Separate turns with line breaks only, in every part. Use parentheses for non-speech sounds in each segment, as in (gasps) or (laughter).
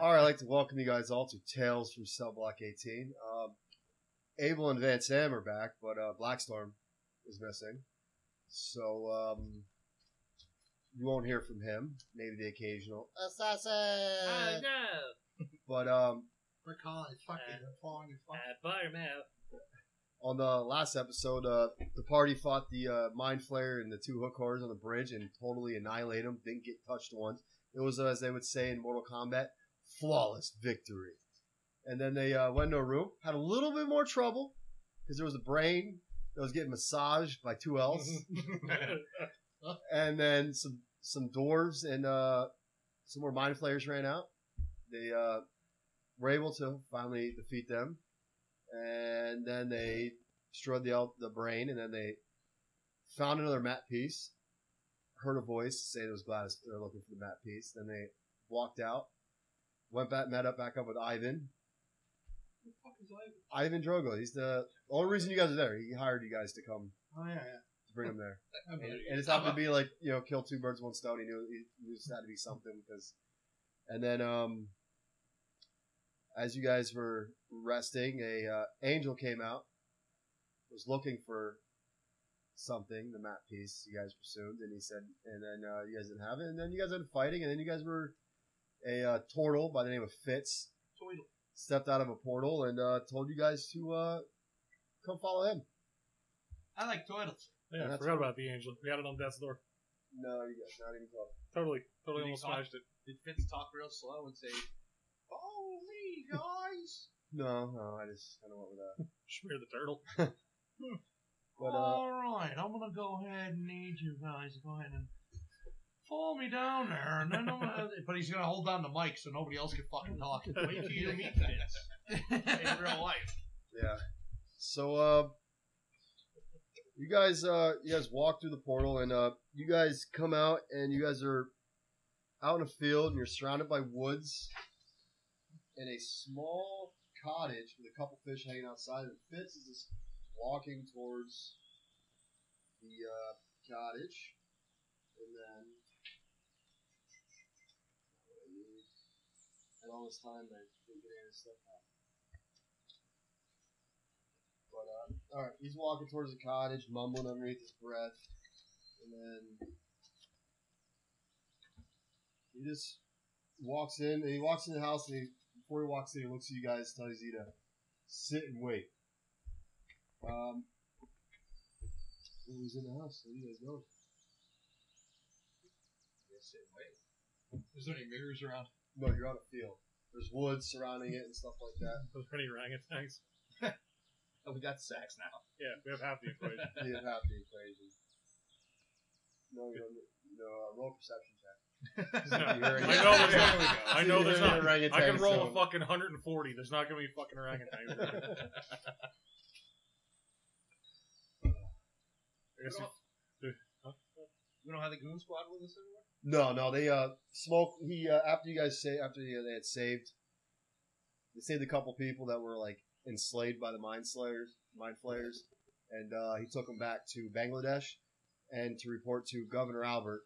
All right, I'd like to welcome you guys all to Tales from Cell Block 18. Um, Abel and Van Sam are back, but uh, Blackstorm is missing. So um, you won't hear from him. Maybe the occasional assassin.
Oh
Uh,
no!
But um,
We're calling it fucking
Uh,
they're falling in
I
fucking.
bought him out.
(laughs)
on the last episode, uh, the party fought the uh, Mind Flayer and the two hook horrors on the bridge and totally annihilated them. Didn't get touched once. It was, uh, as they would say in Mortal Kombat, flawless victory. And then they uh, went to a room, had a little bit more trouble because there was a brain that was getting massaged by two elves,
(laughs)
and then some some dwarves and uh, some more Mind Flayers ran out. They uh, were able to finally defeat them, and then they destroyed the el- the brain, and then they found another map piece. Heard a voice say it was Gladys. They're looking for the map piece. Then they walked out, went back, met up back up with Ivan.
Who the fuck is Ivan?
Ivan Drogo. He's the only reason you guys are there. He hired you guys to come
Oh yeah, yeah.
to bring him there,
I
and,
believe
and it's happened to be like you know, kill two birds with one stone. He knew he knew this had to be something because, and then um, as you guys were resting, a uh, angel came out, was looking for something, the map piece you guys pursued, and he said, and then uh, you guys didn't have it, and then you guys ended fighting, and then you guys were a uh, turtle by the name of Fitz
Toidle.
stepped out of a portal and uh, told you guys to uh, come follow him.
I like toidles.
Yeah, I
That's-
forgot about the angel. We had it on death's door.
No, you guys not even close.
Totally,
Did
totally
he
almost
talk?
smashed it.
Did Fitz talk real slow and say, "Follow me, (laughs) guys"?
No, no, I just kind of went with that.
Smear the turtle. (laughs)
But uh,
All right, I'm gonna go ahead and need you guys. to Go ahead and follow me down there, and then I'm gonna. but he's gonna hold down the mic so nobody else can fucking talk. Wait till you meet (laughs) Fitz in real life.
yeah, so uh, you guys, uh, you guys walk through the portal and uh, you guys come out and you guys are out in a field and you're surrounded by woods and a small cottage with a couple fish hanging outside. And Fitz is just walking towards the uh, cottage, and then and all this time they didn't get any stuff out. But uh, all right, he's walking towards the cottage, mumbling underneath his breath, and then he just walks in. And he walks in the house, and he, before he walks in, he looks at you guys, tells you to sit and wait. Um, who's in the house? Where are you guys going?
Is there any mirrors around?
No, you're on a field. There's woods surrounding it and stuff like that.
Those pretty orangutans.
Oh, we got sacks now.
Yeah, we have half the equation.
(laughs)
You didn't have the equation. No, you don't, no. Uh, roll perception check.
(laughs) I
it.
know there's not.
There
I know there's not.
Orangutan,
I can roll a
so-
fucking 140. There's not gonna be fucking orangutans. I
(laughs)
guess if-
We don't have the goon squad with us anymore.
No, no. They uh smoke. He uh, after you guys say after you, they had saved, they saved a couple people that were like enslaved by the mind slayers, mind flayers, and uh, he took them back to Bangladesh and to report to Governor Albert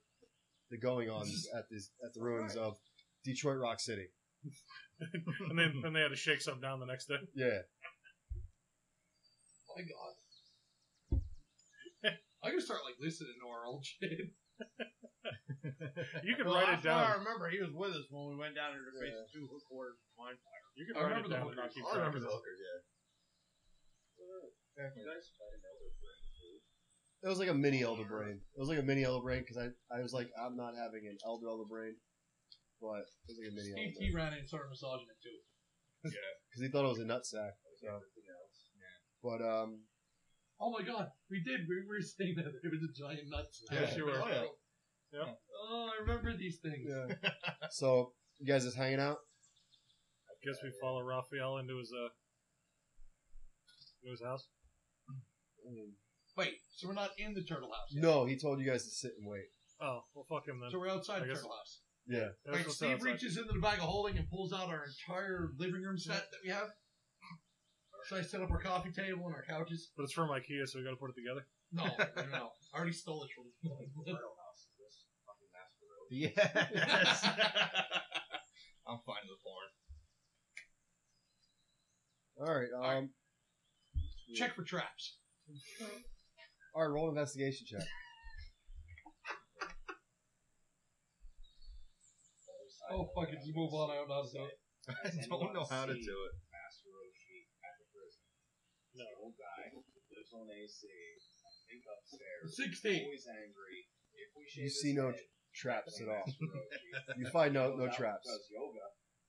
the going ons at this at the ruins of Detroit Rock City.
and then then they had to shake some down the next day.
Yeah.
My (laughs) God. I'm gonna start like listening to our old shit.
You can
Well,
write
that's
it
why I
down.
remember he was with us when we went down there to face
Yeah.
the two hook horrors. Mine.
You can
I
write
remember
it
the
down and not
hookers.
keep track.
I remember the hookers. Yeah.
It was like a mini elder brain. It was like a mini elder brain because I, I was like I'm not having an elder elder brain, but it was like a mini elder brain
Steve T ran in and started massaging it too.
because he thought it was a nutsack. So. But um,
Oh my God, we did. We were saying that there was a giant nut. sack.
Yes, you were.
Oh, yeah.
Yeah.
Oh, I remember these things.
Yeah. so you guys just hanging out.
Guess we follow Raphael into his uh into his house.
Wait, so we're not in the turtle house. yet.
No, he told you guys to sit and wait.
Oh well, fuck him then.
So we're outside
I
the
guess-
turtle house.
Yeah.
That's
Wait,
what's
Steve
outside.
reaches into the bag of holding and pulls out our entire living room set that we have. Should I set up our coffee table and our couches?
But it's from IKEA, so we gotta put it together.
No, no,
(laughs)
no, no. I already stole it from
(laughs)
Yes.
I'm fine with porn.
All right. Um.
right. Check for traps.
All right. Roll an investigation
(laughs)
check.
Oh fuck it, just move on. I don't know how to do it.
I
don't know how to
do it.
No.
Old guy lives on AC. I think upstairs.
Sixteen.
Always angry. If we shave
You
his
see no
head,
Traps at all. (laughs)
all.
You find no no traps.
Does yoga?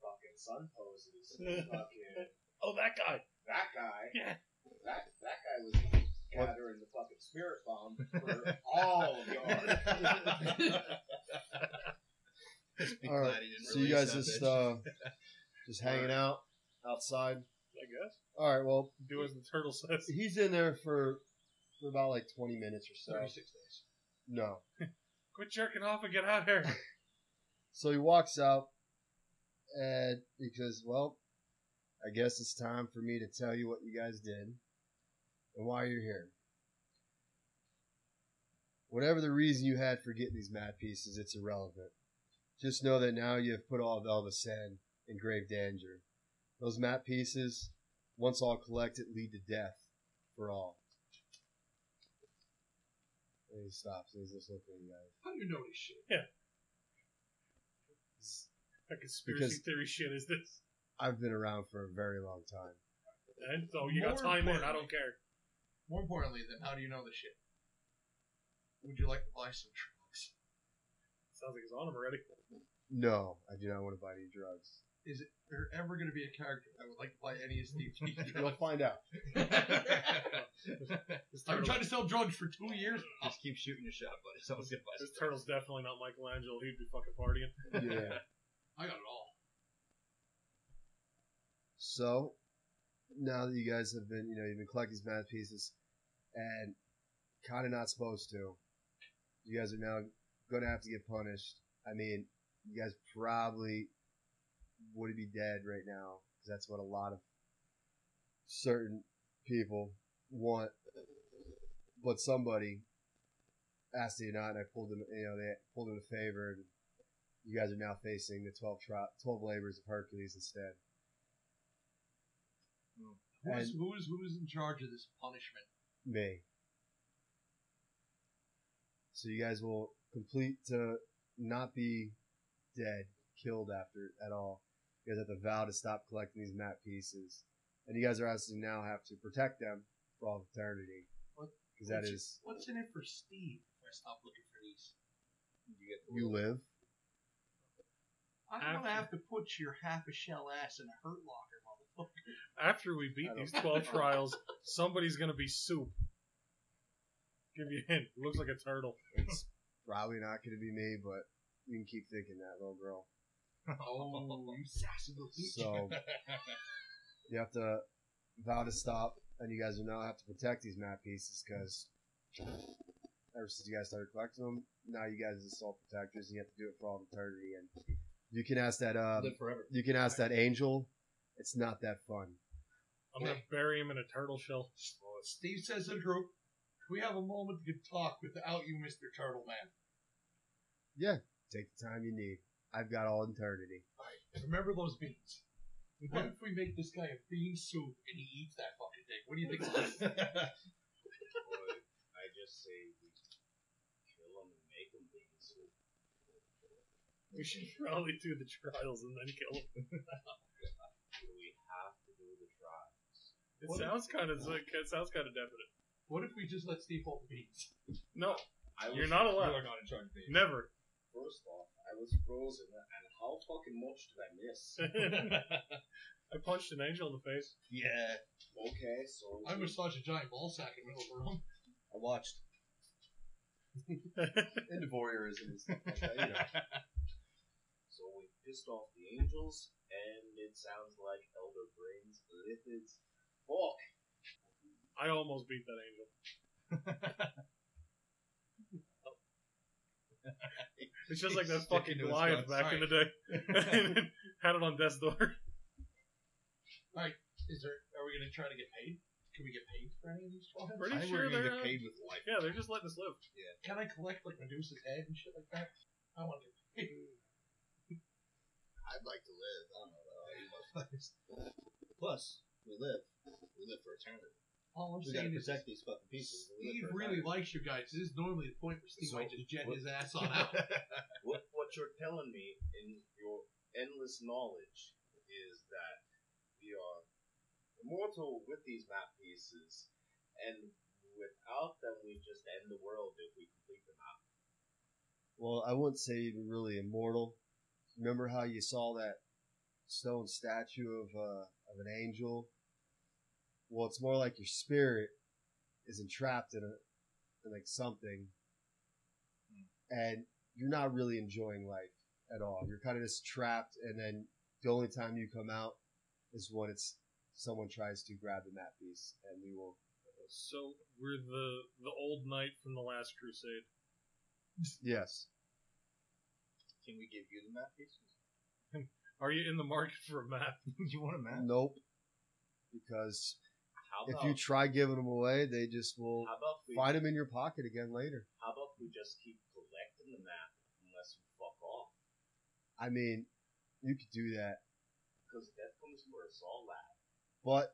Fucking sun
(laughs)
poses. fucking
Oh, that guy.
that guy.
Yeah.
That that guy was gathering the fucking spirit bomb for all
(laughs)
of y'all.
Be
All right,
glad he didn't
So you
release
guys
that
just
bitch.
uh, just hanging out outside.
I guess.
All right. Well,
Do as the turtle
(laughs)
says.
he's in there for for about like 20 minutes or so.
Thirty-six days.
No.
Quit jerking off and get out of here.
So he walks out and he says, "Well, I guess it's time for me to tell you what you guys did and why you're here. Whatever the reason you had for getting these mad pieces, it's irrelevant. Just know that now you have put all of Elvis Sand in grave danger. Those map pieces, once all collected, lead to death for all. And he stops. and He's just looking at you guys.
How do you know this shit?
What conspiracy
Because-
theory shit is this?
I've been around for a very long time.
And so you got
More
time in. I
importantly-
don't care.
More importantly, then how do you know this shit? Would you like to buy some drugs?
Sounds like he's on him already.
No, I do not want to buy any drugs.
(laughs)
Is it there ever going to be a character that would like to buy any of Steve T's
(laughs) You'll
drugs?
find out.
I've been trying to sell drugs for two years. now.
Just keep shooting your shot, buddy. Someone's gonna buy
This
some-
turtle's definitely not Michelangelo. He'd be fucking partying.
Yeah.
I got it all.
so now that you guys have been, you know, you've been collecting these mad pieces, and kind of not supposed to, you guys are now going to have to get punished. I mean, you guys probably would be dead right now because that's what a lot of certain people want. But somebody asked you not, and I pulled them. You know, they pulled them a favor. And you guys are now facing the twelve tri- twelve labors of Hercules instead.
Who's who's who's in charge of this punishment?
May. So you guys will complete to not be dead, killed after at all. You guys have to vow to stop collecting these map pieces, and you guys are asked to now have to protect them for all of eternity.
What-
Because that
what's-
is
What's in it for Steve? If I stop looking for these,
You get the
you live.
I'm gonna
After-
have to put your half a shell ass in a hurt locker, motherfucker.
After we beat
I don't-
these 12 trials, somebody's going to be soup. Give you a hint. It looks like a turtle.
It's probably not going to be me, but you can keep thinking that, little girl.
Oh, you sassy little bitch.
So you have to vow to stop, and you guys will now have to protect these map pieces because ever since you guys started collecting them, now you guys are sole protectors, and you have to do it for all of eternity. And you can ask that um,
live forever.
you can ask that angel. It's not that fun.
I'm going to bury him in a turtle shell.
Steve says to the group, "Can we have a moment to talk without you, Mister Turtle Man?"
Take the time you need. I've got all eternity.
Remember those beans. What if we make this guy a bean soup and he eats that fucking thing? What do you think?
Would I just say we kill him and make him leave us with
We should probably do the trials and then kill him.
Do we have to do the trials?
It
What?
sounds kind of it sounds kind of definite.
what if we just let Steve hold the beans?
No,
I
You're not allowed.
You are not in charge of me.
never. (laughs)
First off, I was frozen, and how fucking much did I miss?
I punched an angel in the face.
Yeah.
okay, so
I massage a giant ball sack in the middle of the room.
I watched. Into voyeurism and stuff like that. You know.
(laughs) so we pissed off the angels, and it sounds like Elder Brains, Lithids. Fuck!
I almost beat that angel. it's just like that
Sticking
fucking
to his
Goliath
guns.
back in the day. (laughs) Had it on death's door.
Is there? Are we gonna try to get paid? Can we get paid for any of these trials?
I
Pretty
think
sure
we're gonna
they're uh,
get paid with life.
yeah, they're just letting us live.
Can I
Mm.
collect like Medusa's head and shit like that? I want to get paid.
I
I'd like to live. I don't know about all you motherfuckers. (laughs) Plus, we live. We live for eternity.
All I'm
We
saying
gotta
is,
protect these fucking people. We live
Steve
for
really
eternity.
likes you guys. This is normally the point where Steve
So-
might just jet
what-
his ass on
(laughs)
out.
what what you're telling me in your endless knowledge is that we are immortal with these map pieces, and without them, we just end the world if we complete the map.
(laughs) Well, I wouldn't say even really immortal. Remember how you saw that stone statue of uh, of an angel? Well, it's more like your spirit is entrapped in a in like something, and you're not really enjoying life at all. You're kind of just trapped, and then the only time you come out is when it's someone tries to grab the map piece, and we will.
So we're the the old knight from the last crusade.
Yes,
Can we give you the map pieces?
Are you in the market for a map?
you want a map?
nope, because
How
Oh,
if
about
you try giving them away, they just will.
how about we
Find them in your pocket again later.
how about we just keep collecting the map unless we fuck off?
I mean, you could do that,
Because death comes to us all last.
but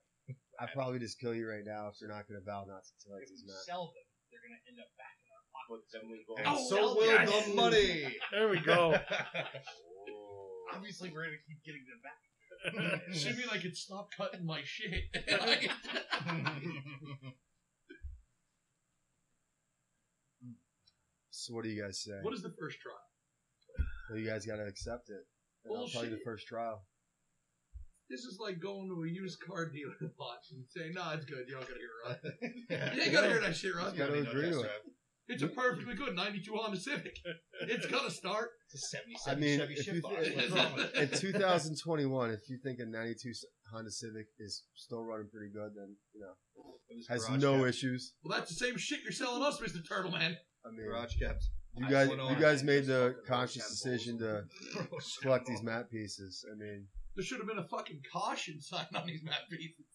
I'd probably just kill you right now if you're not going to vow not to collect
If
these
we
maps.
sell them, they're gonna end up back in our pocket.
But then we go.
Ow,
so
hell
will
yeah.
the money.
There we go.
Oh.
Obviously, we're gonna keep getting
(laughs)
them back.
Should be like, it stopped cutting my shit. (laughs)
So what do you guys say?
what is the first trial?
Well, you guys got to accept it. And I'll tell you the
Bullshit.
first trial.
This is like going to a used car dealer lot and saying, "No, it's good. You're not gonna
(laughs)
get it right. You ain't gonna hear that shit
You
right.
got to agree to it.
It's a perfectly good '92 Honda Civic. It's gonna start.
It's a
I
77
mean,
Chevy
if
shit
you
box.
think-
(laughs)
What's wrong with
In
it?
2021, if you think a 92 Honda Civic is still running pretty good, then, you know,
It was
has
garage
no
cap-
issues.
Well, that's the same shit you're selling us, Mister Turtle Man.
I mean,
Garage caps.
you
I
guys
went
you
on.
guys made
Just
the
fucking
conscious
road
decision to collect these map pieces. I mean,
There should have been a fucking caution sign on these map pieces.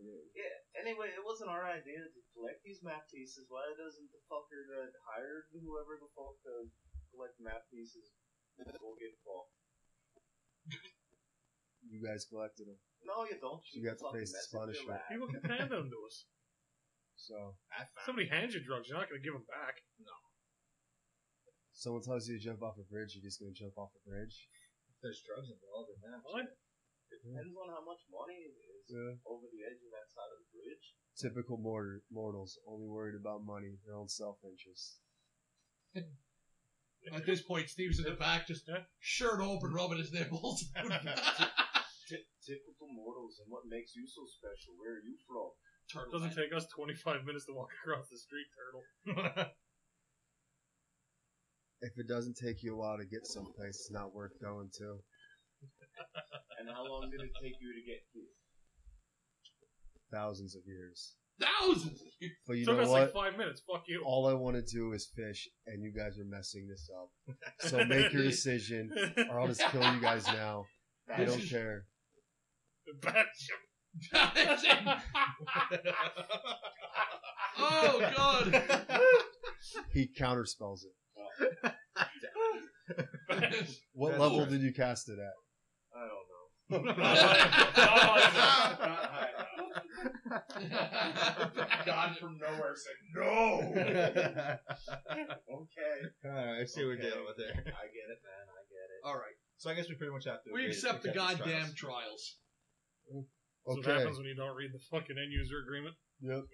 Yeah. Anyway, it wasn't our idea to collect these map pieces. Why doesn't the fucker that hired whoever the fuck to collect map pieces go get involved?
you guys collected them.
No, you don't.
You got to
fucking
face this
messed up your
punishment.
lab.
(laughs) People can hand them to us.
So
I found
Somebody hands you drugs. You're not going to give them back.
someone tells you to jump off a bridge, you're just going to jump off a bridge.
there's drugs involved in that.
What?
Depends on how much money it is
Yeah.
over the edge of that side of the bridge.
Typical mortar, mortals, only worried about money, their own self interest.
At this point, Steve's in the back, just shirt open, rubbing his nipples. (laughs)
Ty- typical mortals, and what makes you so special? Where are you from?
Turtle Man.
Doesn't take us 25 minutes to walk (laughs) across the street, turtle. (laughs)
If it doesn't take you a while to get someplace, it's not worth going to.
And how long did it take you to get here?
(laughs)
Thousands of years.
Thousands.
But you
Took
know
us
what?
like five minutes. Fuck you. (laughs)
All I want to do is fish, and you guys are messing this up. So make your decision, or I'll just kill you guys now. I don't care.
Back-
oh God.
He counterspells it.
That's
What
That's
level
true.
did you cast it at?
I don't
(laughs)
know. (laughs)
God (laughs)
from nowhere said, okay.
Alright, Uh, I see what we're
Okay.
dealing with there.
I get it, man. I get it.
Alright, so I guess we pretty much have to.
We
agree
accept
to
the
protect these
goddamn
trials.
trials.
That's what
Okay.
happens when you don't read the fucking end user agreement.
Yep.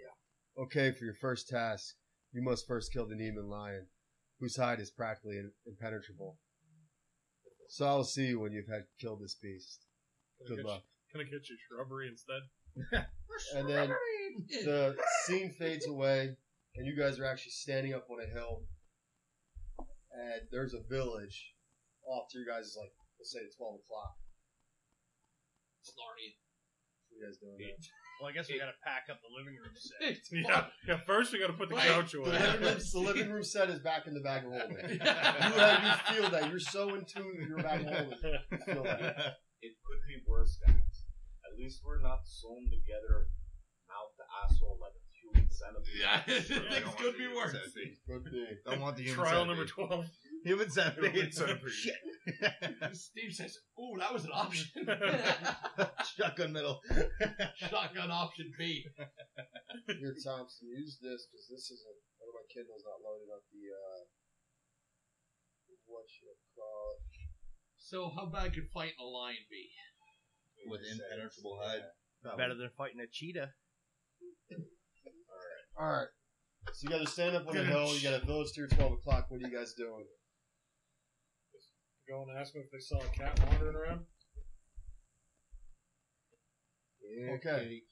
Okay, for your first task, you must first kill the Neiman lion, whose hide is practically in- impenetrable. So I'll see you when you've had killed this beast.
Can I
Good
get
luck.
you- Can I get you shrubbery instead?
And then the scene fades away, and you guys are actually standing up on a hill, and there's a village off to your guys' like let's say twelve o'clock.
Snarky.
What are you guys doing? now?
Well, I guess we gotta pack up the living room set.
It's
(laughs) Yeah. yeah first, we got to put the
Wait,
couch (laughs)
The
away.
(laughs)
living, room, the living room set is back in the bag of
(laughs)
holding. You, have, you feel that you're so in tune with your bag of holding. You feel that.
It could be worse, guys. At least we're not sewn together mouth to asshole like a human centipede.
Yeah,
I
(laughs) things
don't want
could
the
be
human
worse.
centipede.
Could be.
Don't want the human
Trial
centipede.
number 12.
Human centipede.
Human
(laughs)
centipede.
Shit.
(laughs) Steve says, "Ooh, that was an (laughs) option."
Shotgun middle.
Shotgun option B.
Here, Thompson, use this because this isn't. One of my Kindle's not loading up the. uh What should I call it?
So how bad could fighting a lion be?
With impenetrable hide.
Better than fighting a cheetah.
All right. So you guys are standing up on the hill. You got a village through twelve o'clock. What are you guys doing?
(laughs) Go and ask them if they saw a cat wandering around.
Okay.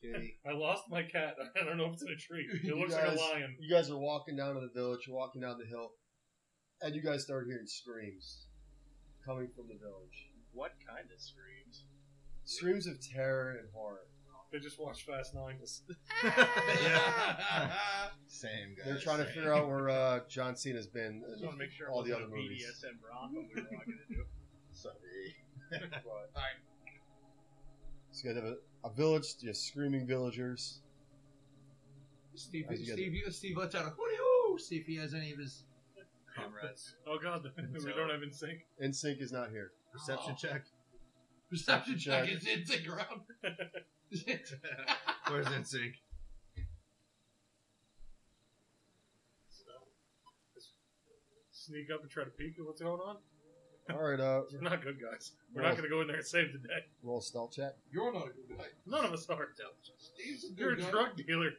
I lost my cat. (laughs) I don't know if it's in a tree. It looks
You
like
guys-
a lion.
You guys are walking down to the village. You're walking down the hill, and you guys start hearing screams coming from the village.
What kind of screams?
Screams of terror and horror.
They just watched Fast Nine.
yeah.
Same guy.
They're trying to figure out where uh, John Cena's been.
Just want to make sure
All
all
the
the
other movies.
BDSM romp that we were not going to do.
(laughs) Sorry.
So you guys have a, a village, just screaming villagers.
(laughs) Steve,
How's he got
Steve, you, Steve lets out a hoo See if he has any of his.
Comrades.
Oh god, (laughs) we don't have in sync.
NSYNC is not here.
Perception check.
Perception check.
Check.
It's, it's a ground.
Where's NSYNC?
Sneak up and try to peek at what's going on.
All right, uh,
We're not good guys. We're
roll,
not going to go in there and save the day.
roll a stealth check.
(laughs) You're not a good guy.
None of us are.
Steve's a good
You're a
guy.
drug dealer.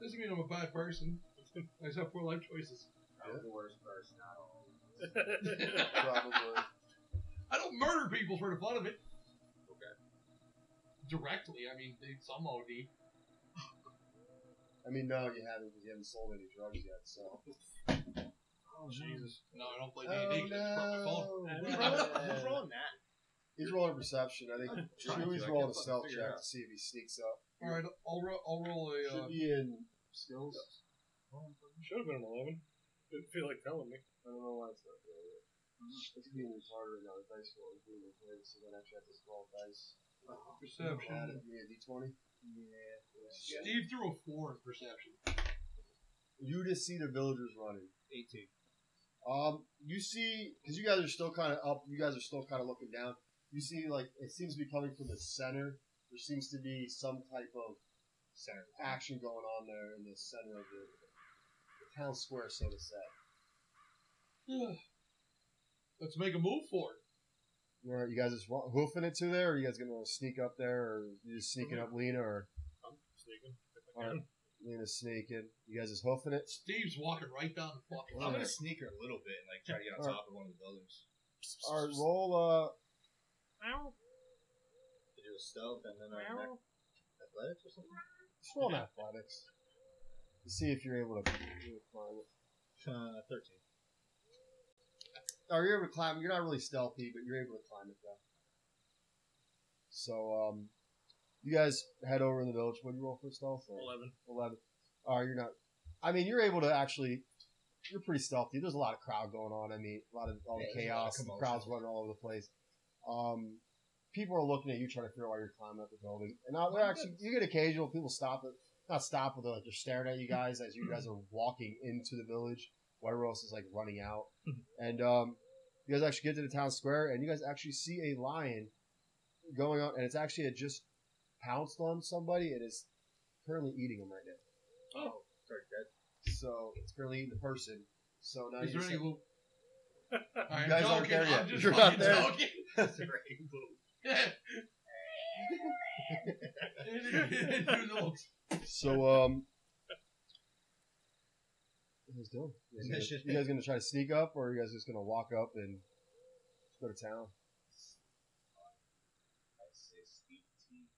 Doesn't mean I'm a bad person. I just have poor life choices. (laughs)
I'm the worst person out of all.
Probably.
I don't murder people for the fun of it. Okay. Directly, I mean, they- some OD.
I mean, no, you haven't. You haven't sold any drugs yet, so.
oh Jesus!
No, I don't play D&D.
Oh,
'cause
no.
it's broke my phone.
Who's rolling- who's rolling that?
He's rolling perception. I think
trying to,
Chewy's
I
rolling a
can't
stealth
figure
check
it
to
out.
see if he sneaks up.
All right, I'll, ro- I'll roll a. Uh,
Should be in.
Skills?
Should have been an eleven. Didn't feel like telling me.
I don't know why it's not there. yet. uh, It's being retarded now. The dice roll is being retarded, so then I actually have to roll dice. Add
perception.
it, yeah, D20.
Steve threw a four in perception.
You just see the villagers running.
18.
Um, you see, because you guys are still kind of up, you guys are still kind of looking down. You see, like it seems to be coming from the center. There seems to be some type of center action going on there in the center of the, the town square, so to say.
(sighs) Let's make a move for it.
Where you guys just wa- hoofing it to there, or you guys gonna sneak up there, or you just sneaking up Lena, or
I'm sneaking. If I
All
can.
right. Lena sneaking? You guys just hoofing it.
Steve's walking right down the fucking
I'm gonna sneak her a little bit and like try to get on
Alright.
top of one of the buildings.
All right, roll. Uh,
Ow,
To do a stealth and then uh,
ow.
athletics or something.
just roll an
(laughs)
athletics. To see if you're able to
Uh, thirteen.
Are you able to climb? You're not really stealthy, but you're able to climb it though. So, um, you guys head over in the village. What do you roll for stealth? Or-
Eleven.
Eleven. All right, you're not. I mean, you're able to actually. You're pretty stealthy. There's a lot of crowd going on. I mean, a lot of all the
Yeah, there's a lot of
chaos. The crowds
commotion.
running all over the place. Um, people are looking at you trying to figure out why you're climbing up the building. And now they're actually you get occasional people stop it. Not stop, but they're like they're staring at you guys as you guys are walking into the village. While everyone else is like running out.
Mm-hmm.
And um, you guys actually get to the town square, and you guys actually see a lion going on, and it's actually had just pounced on somebody, and is currently eating them right now.
Oh,
Sorry, dead.
So it's currently eating the person. So now
is
you
there any
said-
loop? I'm
guys aren't
joking.
there yet.
I'm just
You're not there.
fucking
(laughs)
joking. Dude, no.
so
(laughs)
um. What you guys doing? You guys,
That's
gonna,
just
you guys gonna try to sneak up, or are you guys just gonna walk up and go to town?
I say Steve T.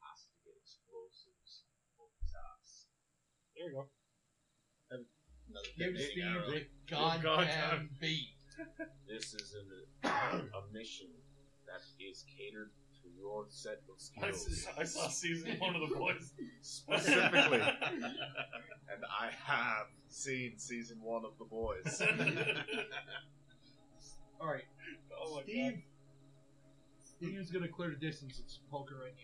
Has to get explosives. Tops.
There you go.
Another
Give
fifteen.
Steve
Alright.
a
Goddamn.
goddamn beat.
This is a, a mission that is catered to your set of
I,
skills.
(laughs) I saw season one of the boys (laughs) Oh,
Specifically. and I have seen season one of The
(laughs)
Boys.
All right,
oh my
Steve. Steve's gonna clear the distance and poke her right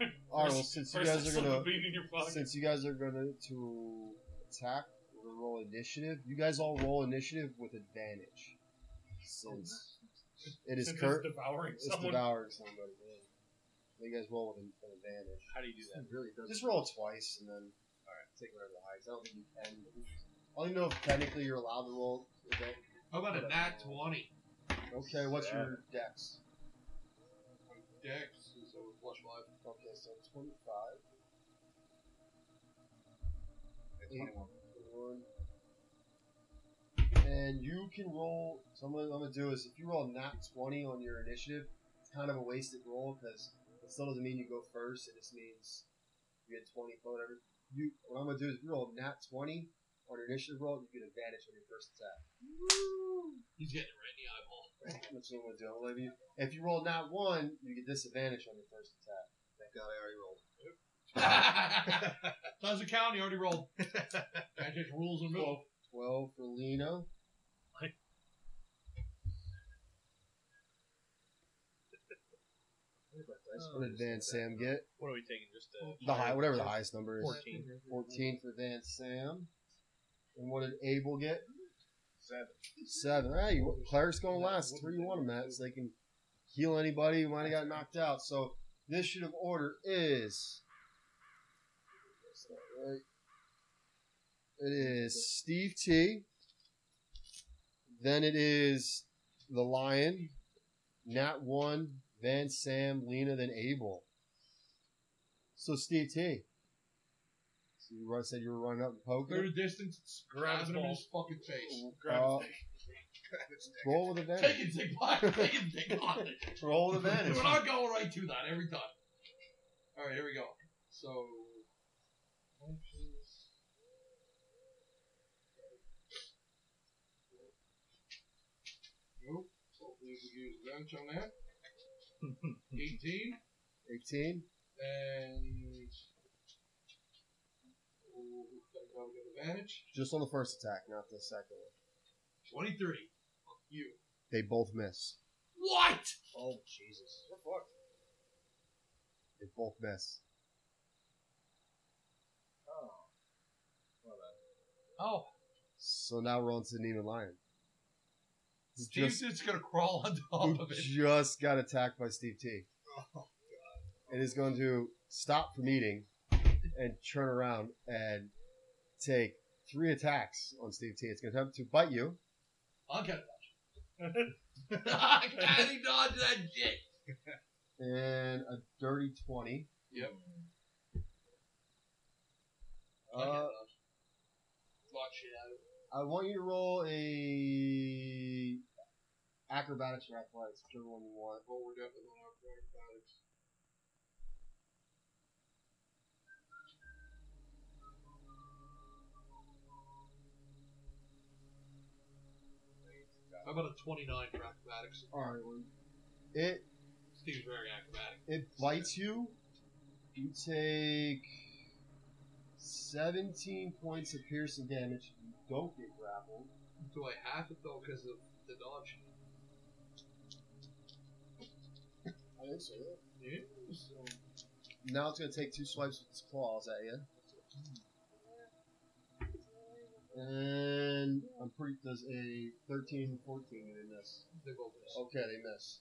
in the eyes.
All right. Well, since you
First
guys
I
are
slip
gonna
a bean in your pocket.
since you guys are gonna to attack, we're gonna roll initiative. You guys all roll initiative with advantage. since it is
It's
cur-
devouring
it's
someone.
devouring somebody. Yeah. You guys roll with an, an advantage.
How do you do that?
Really Just roll twice and then all right, take whatever the highest. I don't think you can. I don't even know if technically you're allowed to roll. Okay,
How about a nat 20?
okay what's your dex?
Dex is over plus 5.
Okay, so 25. Eight, one. And you can roll. So what I'm gonna do is, if you roll a nat 20 on your initiative, it's kind of a wasted roll because it still doesn't mean you go first. It just means you get 20 for whatever. You. What I'm gonna do is, if you roll a nat 20 on your initiative roll, you get advantage on your first attack.
He's getting it right in the eyeball.
That's what I'm gonna do. I'm gonna leave you. If you roll a nat one, you get disadvantage on your first attack. Thank God I already rolled.
(laughs) Doesn't count. He already (laughs) rolled. That just rules and rules.
12 for Lena. What did Van Sam get?
What are we taking? Just uh,
The high, whatever the highest number is.
14.
14 for Van Sam. And what did Abel get?
Seven.
Seven. Hey, Claire's going last. It's where you want them at. So they can heal anybody who might have got knocked out. So, initiative order is. That's not right. It is Steve T. Then it is the Lion, Nat One, Van Sam, Lena, then Abel. So Steve T. So you run- said you were running up in
Clear
poker.
the distance.
Grab his
Grabbing him in
ball.
his fucking face.
Grab
Uh,
his dick.
roll with
Take
advantage.
it, take it, (laughs) take it, take it.
Roll with advantage.
We're not going right to that every time. All right, here we go. So, nope. Hopefully we can use bench on that. Eighteen
18.
and oh, I got an advantage.
Just on the first attack, not the second one.
Twenty-three. Fuck you.
They both miss.
What?
Oh, Jesus. They both miss.
Oh,
So now we're on to Nina Lion. Who
Steve's
just-
just gonna crawl on
who
top of it. Oh,
just got attacked by Steve T. And is going to stop from eating and turn around and take three attacks on Steve T. It's going to attempt to bite you.
I'll (laughs) get it. I can't even dodge that shit.
And a dirty 20.
Yep.
Uh,
Fuck shit out of it.
I want you to roll a acrobatics or athletics, whichever one you want.
Well, we're definitely going out for acrobatics. How about a 29 for acrobatics?
All right. Well, it
Steve's very acrobatic.
it bites you. You take seventeen points of piercing damage. You don't get grappled.
Do I have it though because of the dodge?
I think so.
Yeah, so
Now it's gonna take two swipes with its claws at you. And I'm pretty does a 13, 14 they miss.
they both miss.
Okay, they miss.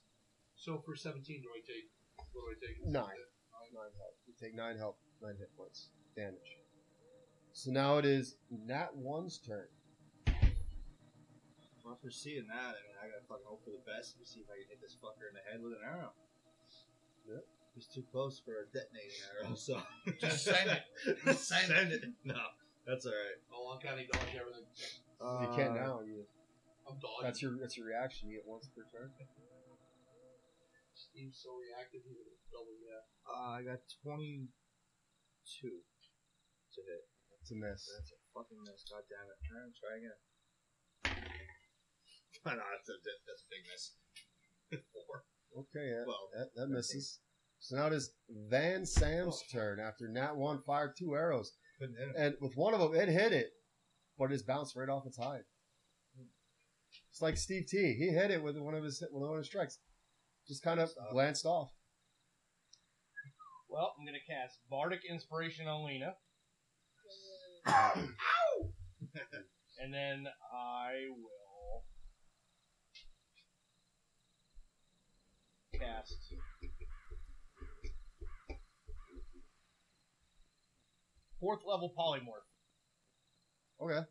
So for 17, do I take? What do I take?
Nine. Nine health. You take nine health, nine hit points damage. So now it is Nat One's turn.
Well, after seeing that, I mean, I gotta fucking hope for the best and see if I can hit this fucker in the head with an arrow.
Yep.
He's too close for a detonating arrow, so. (laughs)
(laughs) Just send
it. send it. No, that's alright.
Oh, I'm kind of dodge everything.
you can't
Uh,
now. You,
I'm dodging.
that's your that's your reaction. You get once per turn.
Steve's so reactive, he would double yeah.
Uh, I got 22 to hit.
It's a miss.
That's a fucking miss. God damn it. Try and try again. (laughs) no, that's a, that's a big miss. Four.
Okay, yeah,
Well,
that, that misses. So now it is Van Sam's turn after Nat One fired two arrows,
couldn't hit him.
and with one of them it hit it, but it just bounced right off its hide. It's like Steve T. He hit it with one of his one of his strikes, just kind of glanced off.
Well, I'm gonna cast Bardic Inspiration on
(coughs)
Lena, (laughs) and then I will cast. Fourth level polymorph.
Okay.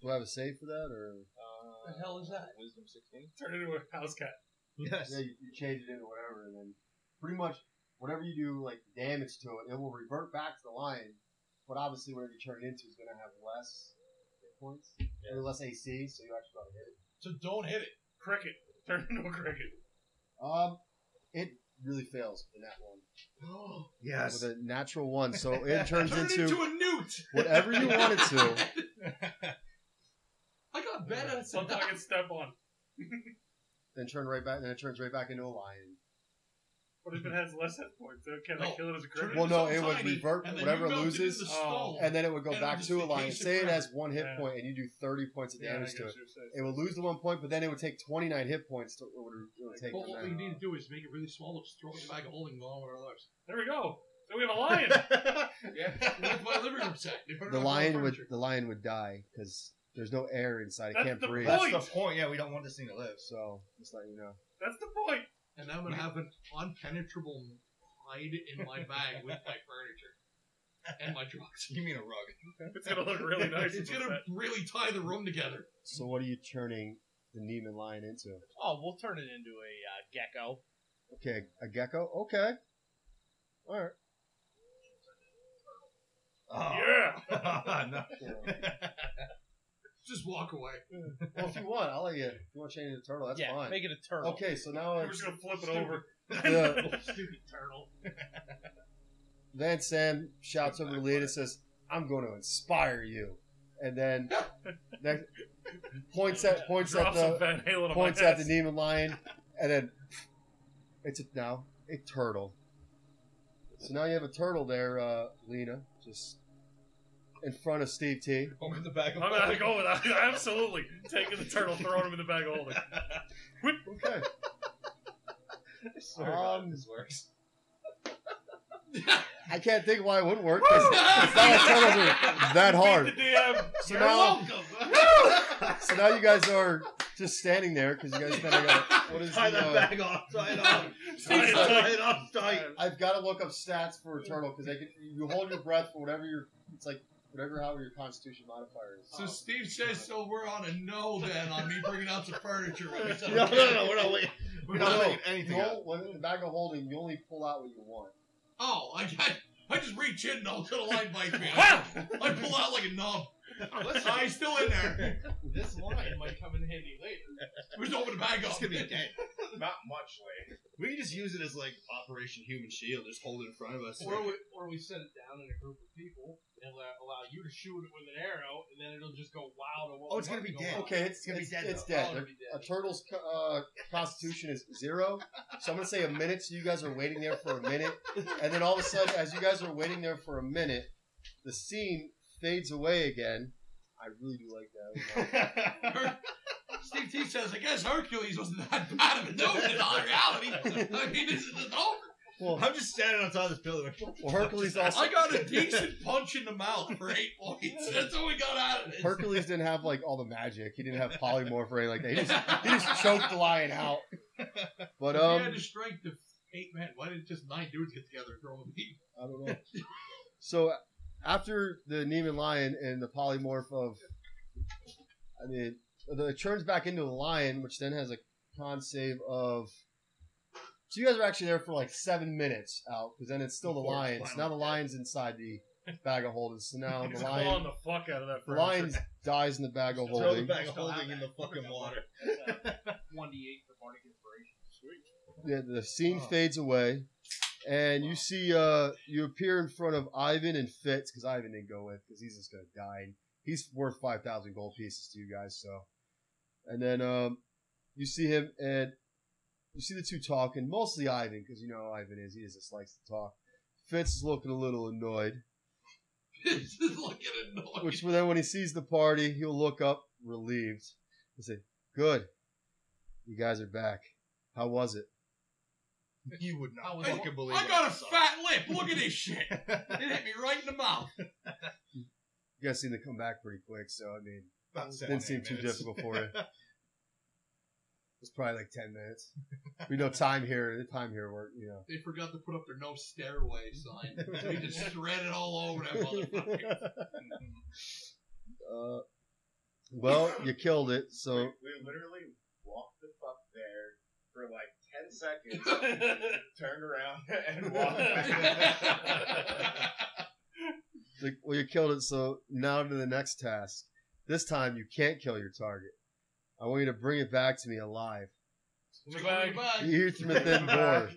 Do I have a save for that, or
Uh,
The hell is that?
Wisdom 16.
Turn into a house cat.
yeah, you, you change it into whatever, and then pretty much whatever you do, like damage to it, it will revert back to the lion. But obviously, whatever you turn it into is going to have less hit points or less AC, so you actually got to hit it.
So don't
(gasps)
hit it. (gasps)
Cricket. Turn into a cricket.
Um, it really fails in that one
Yes.
with a natural one, so it turns
Turn it
into,
into a newt.
whatever you want it to.
I got better at
Something I can step on.
Then turn right back, and it turns right back into a lion.
What if it has less hit points? Then Can I
No.
kill it as a
Turn
cricket?
Well,
into
no,
something
it would
tiny,
revert
and then
whatever
you melt it into
loses,
the
oh,
stone.
And then it would go
And
back
it'll
to a
just
lion.
decay
Say it
forever.
has one hit
Yeah.
point and you do 30 points of
Yeah, I
damage
guess
to it.
you're safe.
It would lose the one point, but then it would take 29 hit points to it would, it would take.
Well,
from
what
there.
we need to do is make it really small, just throw it back a hole and go all over our lives.
There we go. So we have
(laughs)
a lion.
(laughs) Yeah. That's my living room set. They put it
the
on all
lion would
furniture.
the lion would die because there's no air inside. It
That's
can't
the
breathe.
point.
That's the point. Yeah, we don't want this thing to live.
So just let you know.
That's the point.
And I'm going to have an unpenetrable hide in my bag with my furniture and my drugs.
You mean a rug?
It's gonna look really nice.
It's
with
going to
that.
really tie the room (laughs) together.
So what are you turning the Neiman lion into?
Oh, we'll turn it into a uh, gecko.
Okay, a gecko. Okay. All right.
Oh,
Yeah.
no.
Just walk away.
Well, if you want, I'll let you. If you want to change it to turtle, that's
yeah,
fine.
make it a turtle. (laughs)
Okay, so now
We're
it's
just gonna flip it over.
(laughs) the,
Stupid turtle.
Then Sam shouts over to Leah and says, "I'm going to inspire you," and then next, points at points at
Drop some
the
Van Halen on
points
my
at the
ass.
Neiman lion, and then it's a, now a turtle. So now you have a turtle there, uh, Lena, just in front of Steve T.
Over the back (laughs) of
I'm gonna go with that. (laughs) Absolutely. Taking the turtle, throwing him in the bag of holding.
Okay,
Sorry about
Um,
this works.
I can't think why it wouldn't work.
(laughs)
'cause it's not like turtles are that hard.
Beat the DM.
So now,
(laughs)
so now you guys are just standing there because you guys kind of got what is
Tie
the,
that
uh,
bag off. Tie it (laughs) off.
Tie it
Tie it off tight.
I've got to look up stats for a turtle because you hold your breath for whatever your it's like whatever how your constitution modifier is. Um,
So Steve says, so we're on a no then on me bringing out some furniture. (laughs)
No, no, no. We're not. wait- We're
No,
not
no.
making
you
anything up.
hold, when in the bag of holding, you only pull out what you want.
Oh, I got. I just reach in and I'll cut a line bike me.
Wow.
I pull out like a knob.
Oh,
I'm still
(laughs)
in there.
This line might come in handy later.
We just open the bag
It's
up.
gonna be dead.
Not much later.
We can just use it as like Operation Human Shield. Just hold it in front of us.
Or we, or we set it down in a group of people and allow, allow you to shoot it with an arrow, and then it'll just go wild.
Oh, it's gonna be dead.
Okay, it's,
gonna be
it's-
dead,
It's
though.
dead.
Oh, it'll be
A turtle's co- uh, constitution is zero, so I'm gonna say a minute. So you guys are waiting there for a minute, and then all of a sudden, as you guys are waiting there for a minute, the scene fades away again. I really do like that.
(laughs)
Her- Steve T says, I guess Hercules was that bad of a dude in all reality. I mean, this is oh, over.
well,
I'm just standing on top of this pillar. Like, what the
well, Hercules
fuck is
also
I got a decent punch in the mouth for eight points. That's all we got out of this. (laughs)
Hercules didn't have like all the magic. He didn't have polymorph or anything like that. He just, he just choked the lion out. But
If
um,
you had to strike the eight men, why didn't just nine dudes get together and throw a beat?
I don't know. So after the Neiman lion and the polymorph of, I mean, the, it turns back into a lion, which then has a con save of. So you guys are actually there for like seven minutes out because then it's still the
Before it's
lion. So now the
finally dead.
lion's inside the bag of holding. So now
He's
the
clawing
lion,
the fuck out of that.
the
furniture.
(laughs)
lion dies in the bag of
that? Throw the
holding.
bag of holding in the fucking water.
One d eight for bardic inspiration. Sweet.
the, the scene
Oh.
fades away, and you see uh you appear in front of Ivan and Fitz because Ivan didn't go with because he's just gonna die. And he's worth five thousand gold pieces to you guys. So, and then um you see him and you see the two talking mostly Ivan because you know how Ivan is he just likes to talk. Fitz is looking a little annoyed,
This is looking annoying.
which then when he sees the party, he'll look up relieved and say, "Good, you guys are back. How was it?"
You would not
Hey,
fucking believe
I
it.
got a
So-
fat lip. Look at this shit. It hit me right in the mouth.
You guys seem to come back pretty quick, so I mean.
about
Didn't
seven,
seem
eight
too
minutes.
difficult for you. It's probably like ten minutes. we know time here. The time here work. You know.
They forgot to put up their no stairway sign. So we just shredded all over that (laughs) motherfucker.
Uh, well, you killed it. So
we, we literally walked the fuck there for like ten seconds,
(laughs)
turned around and walked back.
Like, well, you killed it, so now to the next task. This time, you can't kill your target. I want you to bring it back to me alive.
We're going back.
You hear from a thin door.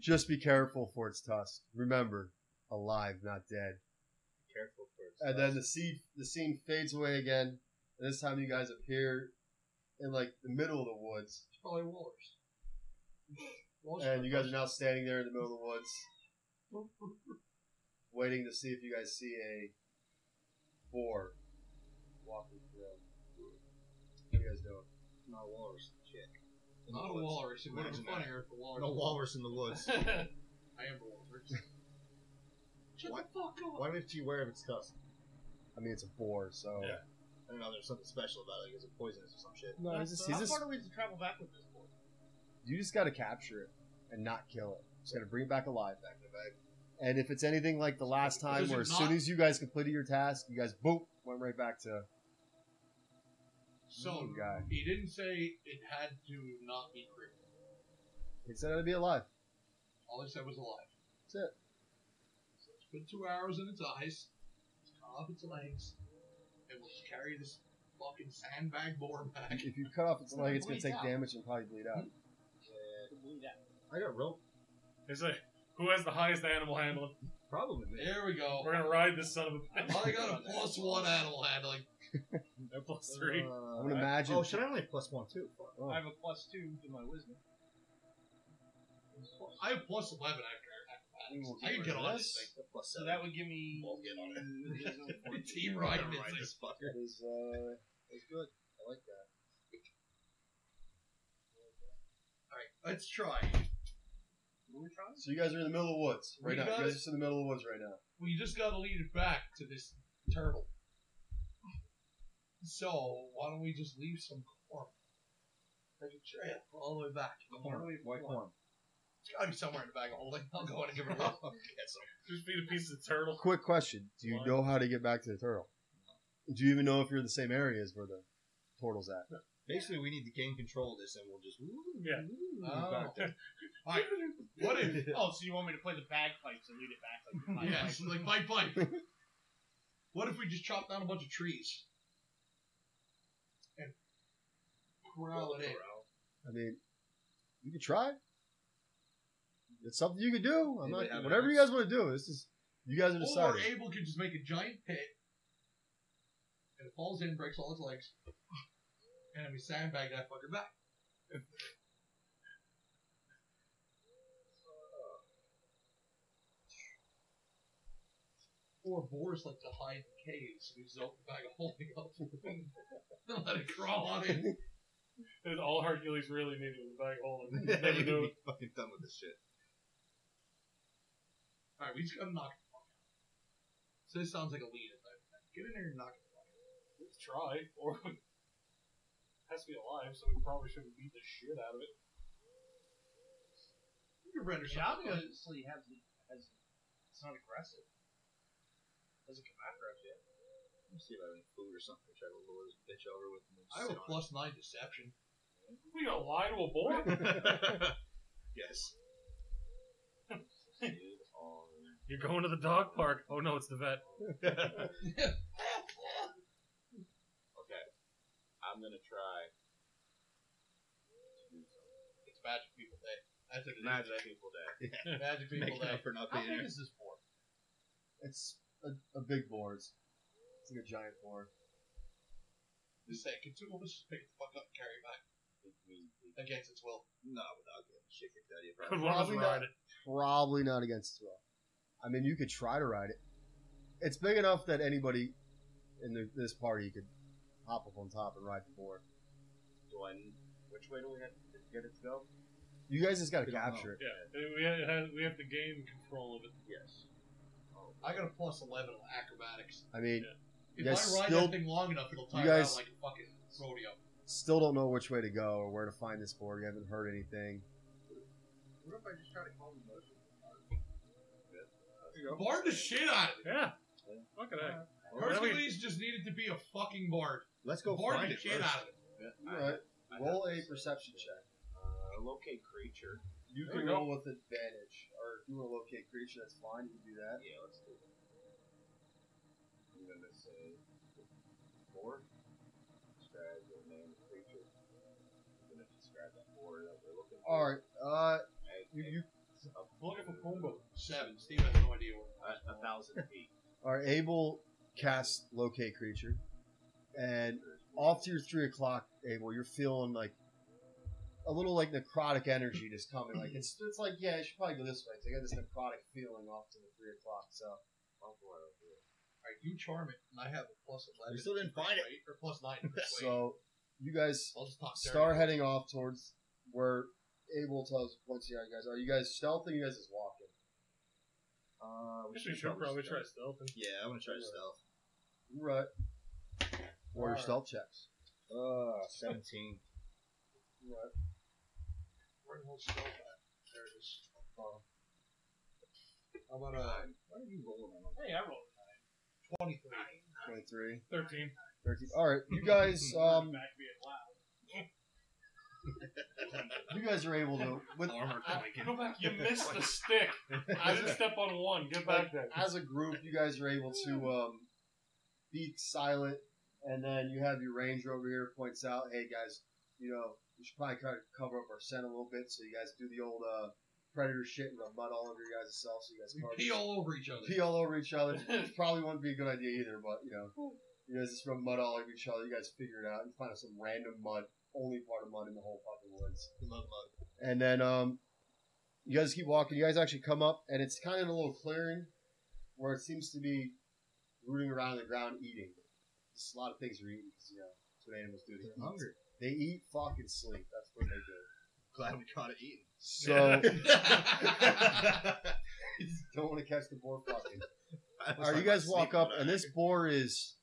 Just be careful for its tusk. Remember, alive, not dead.
Careful first.
And then the scene, the scene fades away again. And this time, you guys appear in like the middle of the woods,
It's probably Waller's. Waller's
Uh,
and you guys are now standing there in the middle of the woods, waiting to see if you guys see a boar walking through. What are you guys doing?
Not walrus. Shit.
not a Walrus. It would have been funnier if a Walrus.
No walrus in the woods.
I am a Walrus. Shut the fuck up.
Why didn't you wear if it's tusk?
I mean, it's a boar, so
Yeah.
I don't know. There's something special about it. Like it's a poisonous or some shit.
no,
(laughs)
he's just, he's
How
just
far do we have to travel back with this boy?
You just got to capture it and not kill it. Just got to bring it back alive. Back in the bag. And if it's anything like the last time,
Does it
where as
not-
soon as you guys completed your task, you guys boom went right back to
So
you guy.
he didn't say it had to not be creepy.
He said it'd be alive.
All he said was alive.
That's it.
So let's put two arrows in its eyes, let's cut off its legs, and we'll just carry this fucking sandbag boar back.
If you cut off its leg, it's gonna
Bleeds
take
out.
damage and probably bleed out.
I got rope.
Is it who has the highest animal handling?
Probably me.
There we go.
We're gonna ride this son of a (laughs)
Well, I got a plus one animal handling.
bitch. Plus three.
I'm gonna imagine.
Oh, should I only have plus one too? Fuck.
Oh.
I have a plus two to my wisdom.
I have plus eleven after acrobatics. I can get on this thing.
Plus
So
seven.
that would give me.
Won't get
(laughs)
on
wisdom for-
(laughs) Team riding this thing.
fucker.
Is, uh,
It's good. I like that.
Alright, let's try.
What are we trying?
so you guys are in the middle of the woods right
We
now.
got
You guys
it.
are just in the middle of the woods right now.
We just gotta lead it back to this turtle. So, why don't we just leave some corn? Like a trail all the way back.
Corn. White corn.
It's gotta be somewhere in the bag of holding. I'll go in and give it a look.
Just feed a piece of turtle.
Quick question: Do you
Why?
know how to get back to the turtle? Do you even know if you're in the same area as where the turtle's at?
Basically, we need to gain control of this, and we'll just. (laughs)
Yeah.
Oh.
Alright,
What if? oh,
Oh, so you want me to play the bagpipes and lead it back
(laughs)
like the bagpipes?
Yes, like my pipe. what if we just chop down a bunch of trees and corral it in?
I mean, you could try. It's something you could do. I'm
Anybody have
not, whatever you guys want to do. This is you guys are
Or
deciding.
Abel could just make a giant pit, and it falls in, breaks all its legs, and we sandbag that fucker back. (laughs) or boars like to hide in caves. We just open the bag of holding up and (laughs) let it crawl on in.
And all Hercules really needed was a bag of holding.
(laughs)
You're
Never
gonna
knew it.
be fucking done with this shit.
All right, we just gotta knock it the fuck out. So this sounds like a lead. Get in there and knock it.
Let's try.
(laughs)
Or it has to be alive, so we probably shouldn't beat the shit out of it.
You can render
Yeah,
something.
obviously it has, has, it's not aggressive. Doesn't come after us yet.
Let me see if I have any food or something. Try to lure this bitch over with me.
I have a plus nine deception.
We gonna lie to a boy?
(laughs)
yes. Oh,
You're going to the dog park. Oh no, it's the vet. (laughs)
Okay, I'm gonna try. to do something.
It's Magic People Day. That's what it is.
Magic people day.
Magic People
Making
Day.
up for not
How
being
big
here.
is this board?
It's a, a big board. It's it's like a giant board.
Just say, can two of us just pick the fuck up and carry it back against its will?
No, without getting the shit kicked out of you.
Could
Probably.
one of us
Probably
ride it?
Probably not against its will. I mean, you could try to ride it. It's big enough that anybody in the, this party could hop up on top and ride the board.
Do I? Which way do we have to get it to go?
You guys just got to
We don't
capture it.
Yeah. We have, we have to gain control of it.
Yes.
I got a plus 11 on acrobatics.
I mean,
Yeah.
You
If I
guys
ride
still-
that thing long enough, it'll
you
tire
guys-
out like a fucking rodeo.
Still don't know which way to go or where to find this board. We haven't heard anything.
What if I just try to call the motion?
Bard the shit out of
Yeah. Fucking heck.
Oh,
it. Hercules just needed to be a fucking bard.
Let's go
Bard
find
the
it.
shit out of it.
All right. Roll a perception check.
Uh, locate creature.
You
There
can
you go.
roll with advantage, or if you want to locate creature, that's fine. You can do that.
Yeah, let's do it. I'm gonna say four. Describe the name of the creature. I'm gonna describe that board that we're looking for.
All right. Uh,
Hey,
you, you
up
Look at the combo. Seven. Steve has no idea where.
a, a
(laughs)
thousand feet.
are able cast locate creature, and off to your three o'clock, Abel, you're feeling like a little like necrotic energy just coming. Like it's it's like yeah, I should probably go this way. 'cause I got this necrotic feeling off to the three o'clock. So
All right, you charm it, and I have a plus eleven.
We still didn't find it.
Or
(laughs)
plus nine. so
so you guys
I'll just talk dirty.
start heading off towards where Abel tells points to you guys. Are you guys stealthing? You guys just walking? Uh, we
Actually, should probably try stealth.
Yeah, I want to try stealth.
Right. Or your
Alright.
stealth checks.
(laughs)
Uh, 17.
Right.
Where the hell's spell at? There it is. How about uh?
Why are you rolling on
Hey, I rolled a nine. Twenty-three.
23.
13.
13. All right. You guys, um,
Back me at loud.
you guys are able to, with,
Armor
Go back. You missed the stick. I didn't step on one. Get back there.
as a group, you guys are able to, um, be silent. And then you have your ranger over here points out, hey guys, you know, we should probably kind of cover up our scent a little bit. So you guys do the old, uh, predator shit and rub mud all over your guys' selves. So you guys
We
cover-
pee all over each other. (laughs)
pee all over each
(laughs)
other. Which probably wouldn't be a good idea either, but you
Hmm.
know, you guys just rub mud all over each other. You guys figure it out. You find some random mud, only part of mud in the whole fucking woods.
Love
And then um, you guys keep walking. You guys actually come up, and it's kind of in a little clearing where it seems to be rooting around the ground eating. Just a lot of things are eating 'cause, you know that's what animals do. They eat.
hungry.
They eat, fuck, and sleep. That's what they do.
(laughs) Glad we caught it eating.
So
I
don't want to catch the boar fucking.
was
All right, you
like,
guys
sleep
walk up,
on
and
it.
this boar is.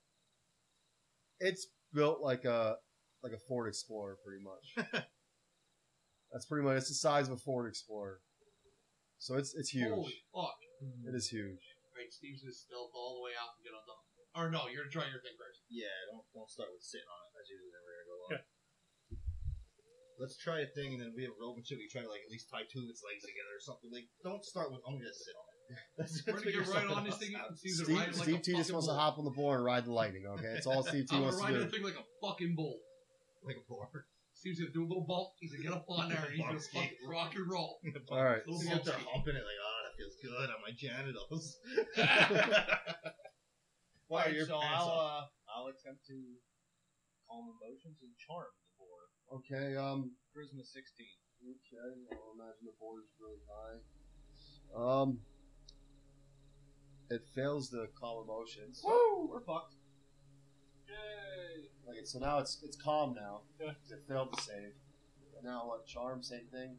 It's built like a like a Ford Explorer, pretty much.
(laughs)
That's pretty much. It's the size of a Ford Explorer, so it's it's huge.
Holy fuck.
It is huge.
Right, Steve's gonna stealth all the way out and get on top. Or no, you're gonna try your thing first.
Yeah, don't don't start with sitting on it. That's usually never gonna go long. Let's try a thing, and then we have rope and shit. We try to like at least tie two of its legs together or something. Like, don't start with I'm gonna sit on it. (laughs) That's
We're gonna get right on this thing. Steve's
Steve,
gonna ride it
Steve
like
T
a
just
fucking
wants to
bull.
hop on the boar and ride the
(laughs)
lightning. Okay, that's all Steve T
I'm gonna
wants to
ride
do.
that thing like a fucking bull.
(laughs) like a (laughs) boar.
Steve's gonna do a little bump. He's gonna get up on there and he's gonna
Bumpski.
fucking rock and roll.
All right,
Little
You get to
bumpski.
humping it like, ah, that feels good on my (laughs) genitals.
All
Why are your
so
pants
I'll,
off?
uh, I'll attempt to calm emotions and charm the board.
okay, um,
Charisma 16.
okay. I'll imagine the boar is really high. Um, it fails the calm emotions.
Woo! We're fucked.
Okay, so now it's it's calm now.
Yeah.
'cause It failed to save. And now what? Charm, same thing.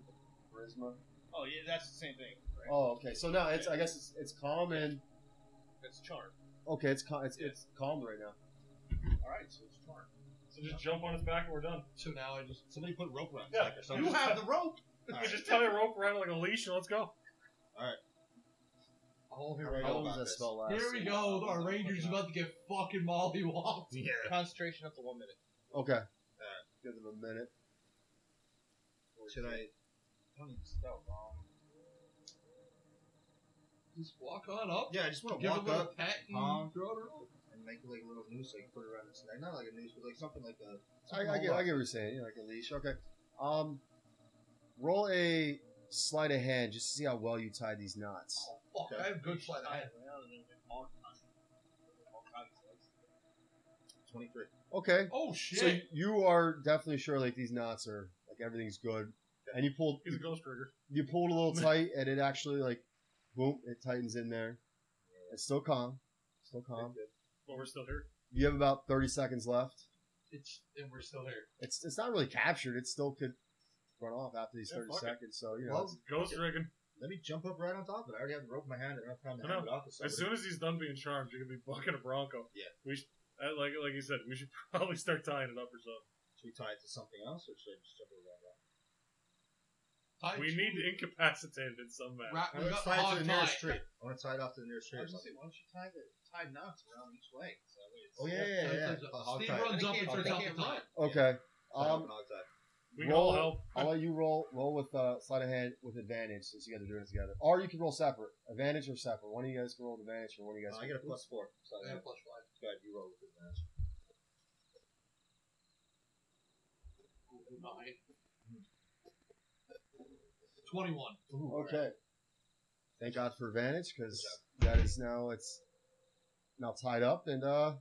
Charisma.
Oh, yeah, that's the same thing. Right?
Oh, okay. So now it's I guess it's, it's calm and
It's charm.
okay. It's calm. It's, it's calmed right now.
Alright, so it's charm.
So just jump on its back and we're done.
So now I just
Somebody put rope around
Yeah,
yeah, or something.
you have the rope.
We just tie a rope around like a leash and let's go.
Oh,
How
here
do I
we
go
go.
about
does that
this?
spell last?
Here we go. Our ranger's about to get fucking mollywopped.
Yeah.
Concentration up to one minute.
Okay. Give them a minute.
Should I?
I don't even spell wrong.
Just walk on up.
Yeah, I just want to
Give
walk
him a
up
little pat and
Huh?
throw it around.
and make like a little noose, like put it around its neck. Not like a noose, but like something like a.
I, I, get, I get what you're saying. Yeah, like a leash. Okay. Um, roll a sleight of hand just to see how well you tie these knots.
Oh, fuck, I have good slide. I have
Twenty-three.
Okay.
Oh
So
shit.
you are definitely sure like these knots are like everything's good, and you pulled
He's a ghost trigger.
you pull it a
(laughs)
little tight and it actually like boom it tightens in there it's still calm still calm
But we're still here.
you have about 30 seconds left
it's and we're still here.
it's it's not really captured it still could run off after these
Yeah,
30
fuck it.
seconds so you know
Well,
it's-
Ghost rigging.
let me jump up right on top of it. I already have the rope in my hand. I don't have time to
I know.
hand it off to somebody.
As soon as he's done being charmed, you're gonna be bucking a bronco.
Yeah.
(laughs) We should, uh, like like you said, we should probably start tying it up or something.
Should we tie it to something else, or should I just jump over that?
Tie
We
two-
need incapacitated in some manner.
Ra-
I
we
want
got
to tie it to
hog
the nearest
tie.
tree. I want to tie it off to the nearest tree.
I
Or
was gonna say,
something.
why don't you tie the tie knots around each leg? So that way it's-
Oh yeah, yeah, yeah. yeah.
Steve
A hog
Steve
tie.
runs
They
up and
can't-
turns
they
out the
can't
tie.
run.
Okay. Um,
Tie it to a hog tie.
We can all
Roll-
help.
I'll let you roll roll with uh, sleight of hand with advantage since you guys are doing it together. Or you can roll separate. Advantage or separate. One of you guys can roll with advantage or one of you guys
Uh, I
can
get a plus four. So
I got a
plus five. Go ahead, you roll with advantage.
Nine. 21.
Okay. Thank God for advantage because that is now it's now tied up and uh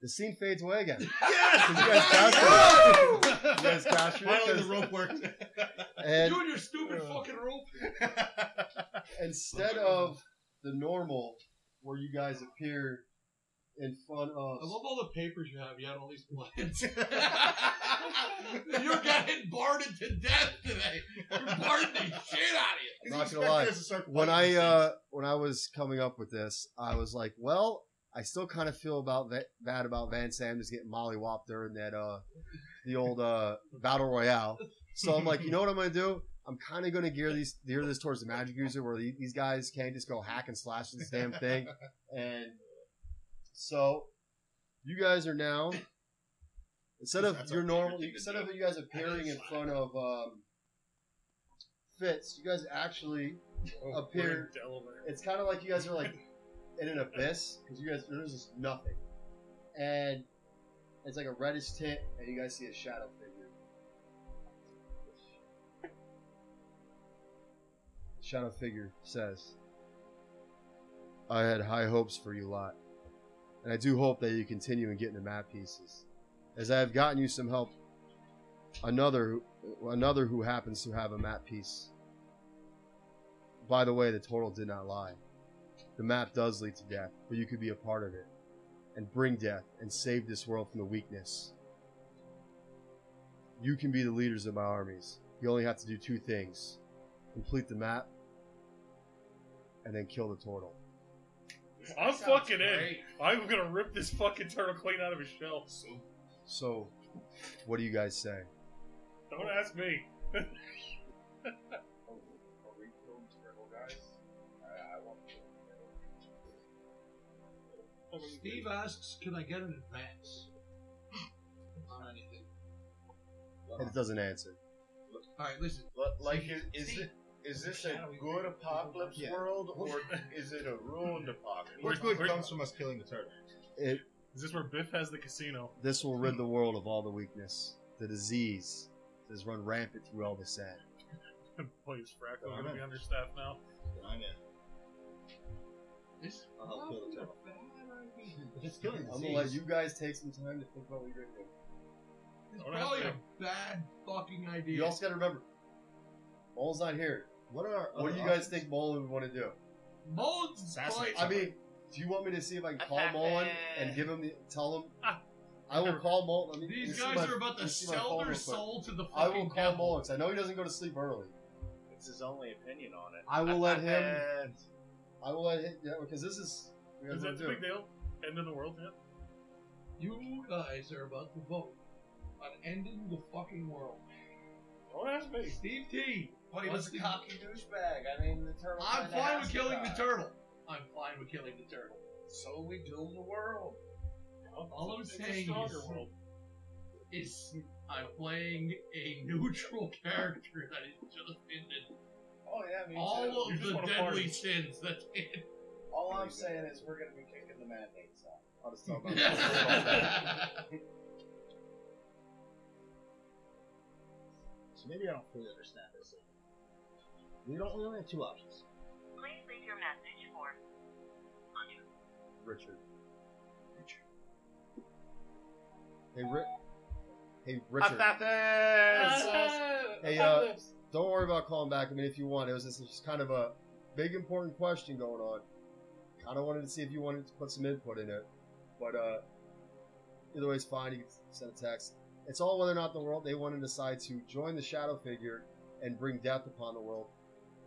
the scene fades away
(laughs)
again. (laughs) Yes! you guys
(laughs)
cashed it. You guys cashed it,
Finally, the
'cause-
rope worked.
(laughs) And
you and your stupid fucking rope.
instead of the normal where you guys appear in front of
I love all the papers you have. You had all these
(laughs)
(laughs) plans. You're getting barded to death today. You're barding the shit out of you.
not gonna lie. When I uh when I was coming up with this, I was like, well, I still kind of feel about that bad about Van Sanders getting mollywopped during that uh the old uh battle royale. So I'm like, you know what I'm gonna do? I'm kind of gonna gear these gear this towards the magic user where the- these guys can't just go hack and slash this damn thing. And so you guys are now instead of
That's
your
our
normal
favorite thing to
instead of you guys appearing in front of um Fitz, you guys actually
Oh,
Up here.
we're in Delaware.
it's kind of like you guys are like in an abyss because you guys there's just nothing, and it's like a reddish tint, and you guys see a shadow figure. Shadow figure says, "I had high hopes for you lot, and I do hope that you continue in getting the map pieces, as I have gotten you some help. Another, another who happens to have a map piece." By the way, the total did not lie. The map does lead to death, but you could be a part of it and bring death and save this world from the weakness. You can be the leaders of my armies. You only have to do two things complete the map and then kill the turtle.
I'm
Sounds
fucking in.
great.
I'm gonna rip this fucking turtle clean out of his shell.
So, what do you guys say?
Don't ask me.
Are we going to Rebel guys? I, I want to.
Steve asks, can I get an advance? On anything.
And it doesn't answer.
Alright, listen.
But, like, is, is,
See?
it, is this a good apocalypse
Yeah.
world or is it a
(laughs)
ruined apocalypse?
Which good
Where's-
comes from us killing the turtle.
It,
Is this where Biff has the casino? (laughs)
this will rid the world of all the weakness, the disease that has run rampant through all the sand.
Please, Frackle, I'm
I'm
gonna
in.
be understaffed now.
Then I'm in.
This
I'll help kill the turtle. It's
I'm
killing the
gonna let you guys take some time to think about what you're gonna do.
is
Don't
probably
ask
a bad fucking idea.
You also got to remember, Mole's not here.
What are?
What
other
Uh,
do you guys
options?
think Mole would want to do?
Mold's
Assassinate
quite-
I mean, do you want me to see if I can call
Attack
Mole in
it.
and give him the tell him?
Ah.
I will call Mole. Let me, let me
These
see
guys
my-
are about
let me
to
see my
sell
phone
their
real quick.
soul to the fucking
I will call
devil.
Mole because I know he doesn't go to sleep early.
It's his only opinion on it.
I will let him.
And
I will let him because this is. we
Is
guys
that
wanna
the
do.
big deal? End of the world, yeah?
You guys are about to vote on ending the fucking world.
Don't ask me.
Steve T.
But he was
what's
a
the-
cocky douchebag. I mean, the turtle.
I'm
kinda
fine
has
with
to
killing the
die.
turtle. I'm fine with killing the turtle.
So we doom the world.
All I'm
It's a
saying
stronger
is-
world.
It's I'm playing a neutral (laughs) character that is just ended
Oh yeah, me too.
all
You
of
just
the
wanna
deadly
party.
(laughs)
sins that (laughs) it.
All I'm saying is we're gonna be kicking the mandates out.
I'll just
(laughs)
tell him about it.
I
So maybe I don't fully understand this. We don't. We only have two options.
Please leave your message for
Richard. Hey, Ri- hey Richard. Hey, uh, don't worry about calling back. I mean, if you want, it was just, it's just kind of a big important question going on. Kind of wanted to see if you wanted to put some input in it, but uh, either way, it's fine. You can send a text. It's all whether or not the world they want to decide to join the shadow figure and bring death upon the world,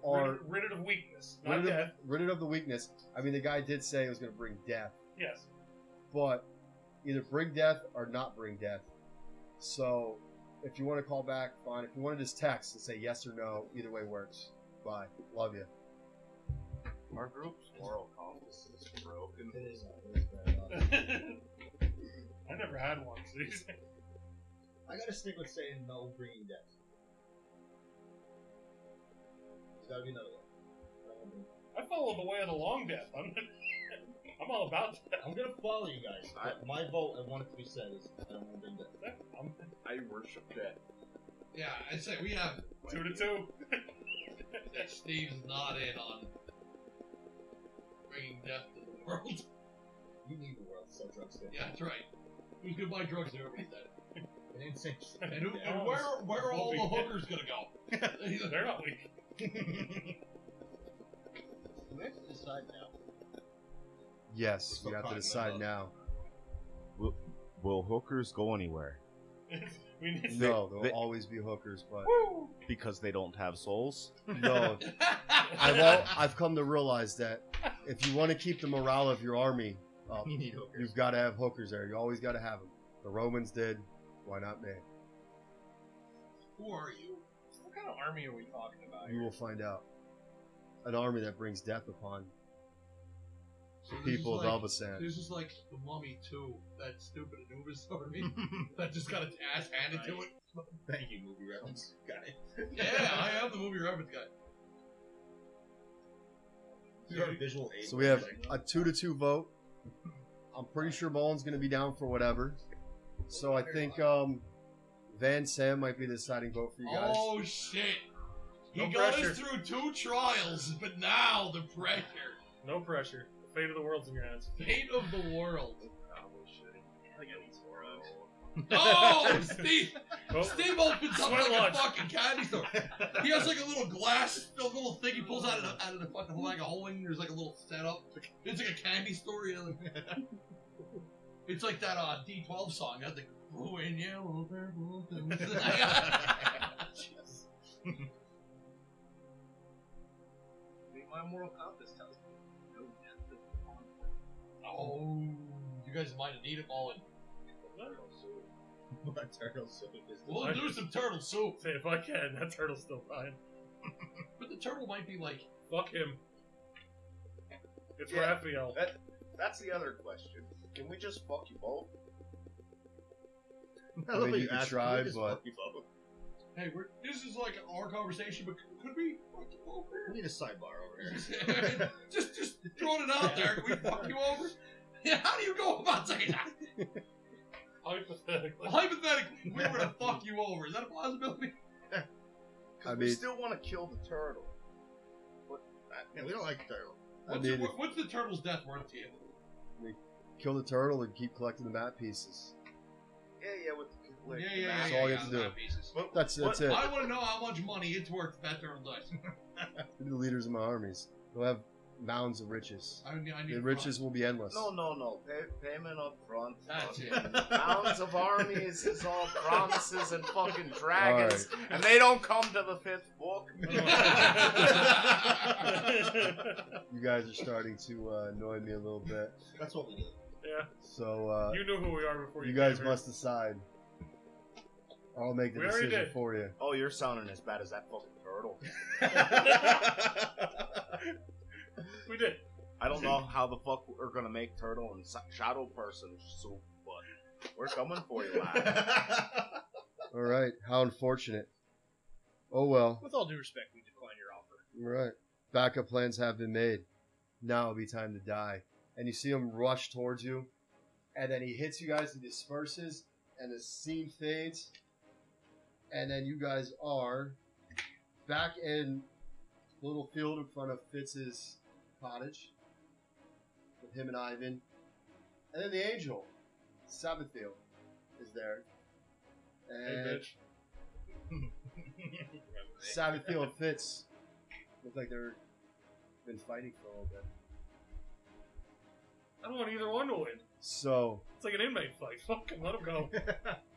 Rid,
or
rid it of weakness, not
rid it, of,
death.
rid it of the weakness. I mean, the guy did say it was going to bring death,
Yes.
but either bring death or not bring death. So if you want to call back, fine. If you want to just text and say yes or no, either way works. Bye. Love you.
Our group's moral compass is broken.
uh,
I never had one. So he's-
I gotta stick with saying no bringing death. There's gotta be another one.
(laughs)
Um,
I followed the way of the long death. I'm, (laughs) I'm all about that.
I'm gonna follow you guys.
I-
My vote, I want it to be said, is I don't want to bring death.
I'm
I worship that.
Yeah, I say we have.
two to two.
that Steve's not in on bringing death to the world.
You need the world to sell drugs to.
Yeah, that's right. Who's gonna buy drugs there? Everybody said.
It ain't safe.
(laughs) And, who, and where where are all the hookers gonna go?
They're not weak.
Do we have to decide now?
(laughs)
Yes,
We're
you have to
talking
decide
about-
now.
Will hookers go anywhere?
We (laughs) need
No, there'll
they-
always be hookers, but
Because they don't have souls?
no. I've (laughs) all, I've come to realize that if you want to keep the morale of your army up,
You need hookers.
you've got to have hookers there. You always got to have them. The Romans did. Why not me?
Who are you?
What kind of army are we talking about?
You will find out. An army that brings death upon
So this is
people
like-
of Elbasan.
This is like the Mummy 2, that stupid Anubis (laughs) army that just got its ass handed to it.
Thank you, movie reference. Got it.
Yeah, I am the movie reference guy.
You're a visual aid.
So we
(laughs)
have a two to two vote. I'm pretty sure Mullen's going to be down for whatever. So I think um, Van Sam might be the deciding vote for you guys.
Oh shit! He
No
got
pressure.
us through two trials, but now the pressure.
No pressure. The fate of the world's in your
(laughs)
hands.
Fate of the world.
Probably should. I think I need some drugs.
(laughs)
Oh, Steve!
Oh,
Steve opens up
Sweat
like
lodge.
a fucking candy store. He has like a little glass, a little thing he pulls out of the, out of the fucking like a hole in. There's like a little setup. It's like a candy store. You know? (laughs) It's like that uh, D12 song. That's like blue and yellow, purple. things." (laughs) Jeez.
I mean, my moral compass tells me no death is upon us.
oh, you guys might have needed all. in-
What turtle soup is this?
We'll do some turtle soup,
Say if I can, that turtle's still fine.
but the turtle might be like
Fuck him. It's
Yeah.
Raphael.
That's the other question. Can we just fuck you
(laughs)
both?
I mean, you could try, but-
Hey, we're, this is like our conversation, but could, could we fuck you
We need a sidebar over here.
over? (laughs) just, just throwing it out there. Can we fuck you over? (laughs) Yeah, how do you go about saying that?
(laughs) Hypothetically.
Hypothetically, we
(laughs)
were to fuck you over. Is that a possibility?
'Cause
I
we
mean-
still want to kill the turtle. But I-
Man, we don't like turtle.
I
What's,
mean,
the, what's the turtle's death worth to you?
kill the turtle and keep collecting the map pieces.
yeah, yeah, with the like,
yeah, yeah, yeah.
That's
yeah,
all you
yeah,
have to do.
that pieces.
But
That's that's it.
I want to know how much money it's worth if that turtle dies. (laughs)
They're the leaders of my armies. They'll have mounds of riches.
I, need- I need
The
a
riches will be endless.
no, no, no. Pay, payment up front.
That's it.
Mounds of armies is all promises and fucking dragons, and they don't come to the fifth book.
You guys are starting to uh, annoy me a little bit.
(laughs) That's what
(laughs)
we do.
So uh,
you knew who we are before you.
you guys
came here.
must decide. I'll make the
We already
decision
did.
for you.
Oh, you're sounding as bad as that fucking turtle.
We
(laughs)
did.
I don't know how the fuck we're gonna make turtle and Sa- shadow person soup, but we're coming for you, lad.
All right. How unfortunate. Oh well.
With all due respect, we decline your offer.
All right. Backup plans have been made. Now it'll be time to die. And you see him rush towards you, and then he hits you guys and disperses, and the scene fades. And then you guys are back in the little field in front of Fitz's cottage with him and Ivan. And then the angel, Sabathiel, is there.
Hey,
And
bitch.
Sabathiel and Fitz look like they're been fighting for a little bit.
I don't want either one to win.
So,
It's like an inmate fight. Fuck him. Let him go.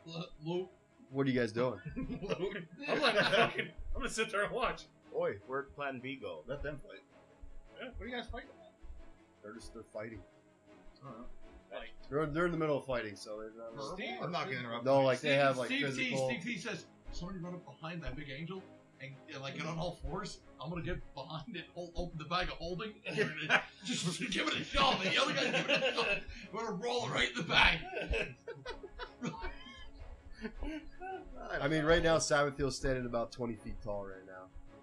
L- Luke.
what are you guys doing?
I'm like fucking. I'm gonna sit there and watch.
Oi, where'd Plan B go?
Let them fight.
Yeah.
They're just they're fighting. They're, they're in the middle of fighting, so they're not.
Steve-
I'm not gonna interrupt.
No, like
Steve,
they have like
Steve
physical.
T, Steve T says, somebody run up behind that big angel and, and, like get on all fours. I'm gonna get behind it, hold, open the bag of holding, and give it a- just give it a shove. The other guy's giving it a shove. We're gonna roll it right in the bag.
I mean, right now Sabathiel's standing about 20 feet tall right now.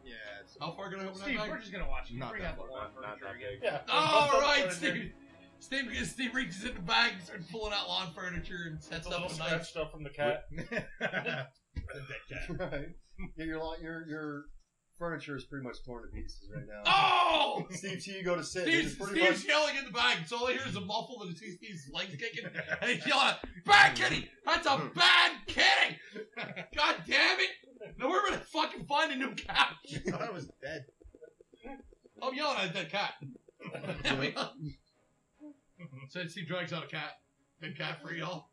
Yeah, it's
How far can I open
Steve,
that
we're
bag?
just gonna watch you.
Not
Bring
that
out the
far,
lawn
Not, not
furniture
that
again.
big.
Yeah.
All right, Steve. Steve, Steve reaches in the bag and starts pulling out lawn furniture and
It's
sets
a
up
little
a knife.
scratched up from the cat.
(laughs) right. Yeah, your lot, your your furniture is pretty much torn to pieces right now.
Oh!
Steve T, you go to sit. and
Steve's,
it's pretty
Steve's
much-
yelling in the bag, so all I hear is a muffle and I see Steve's legs kicking, and he's yelling, "Bad kitty! That's a bad kitty! God damn it! Now we're gonna fucking find a new couch."
(laughs) I thought I was dead.
I'm yelling at that cat. so Steve drags out a cat, big cat for y'all.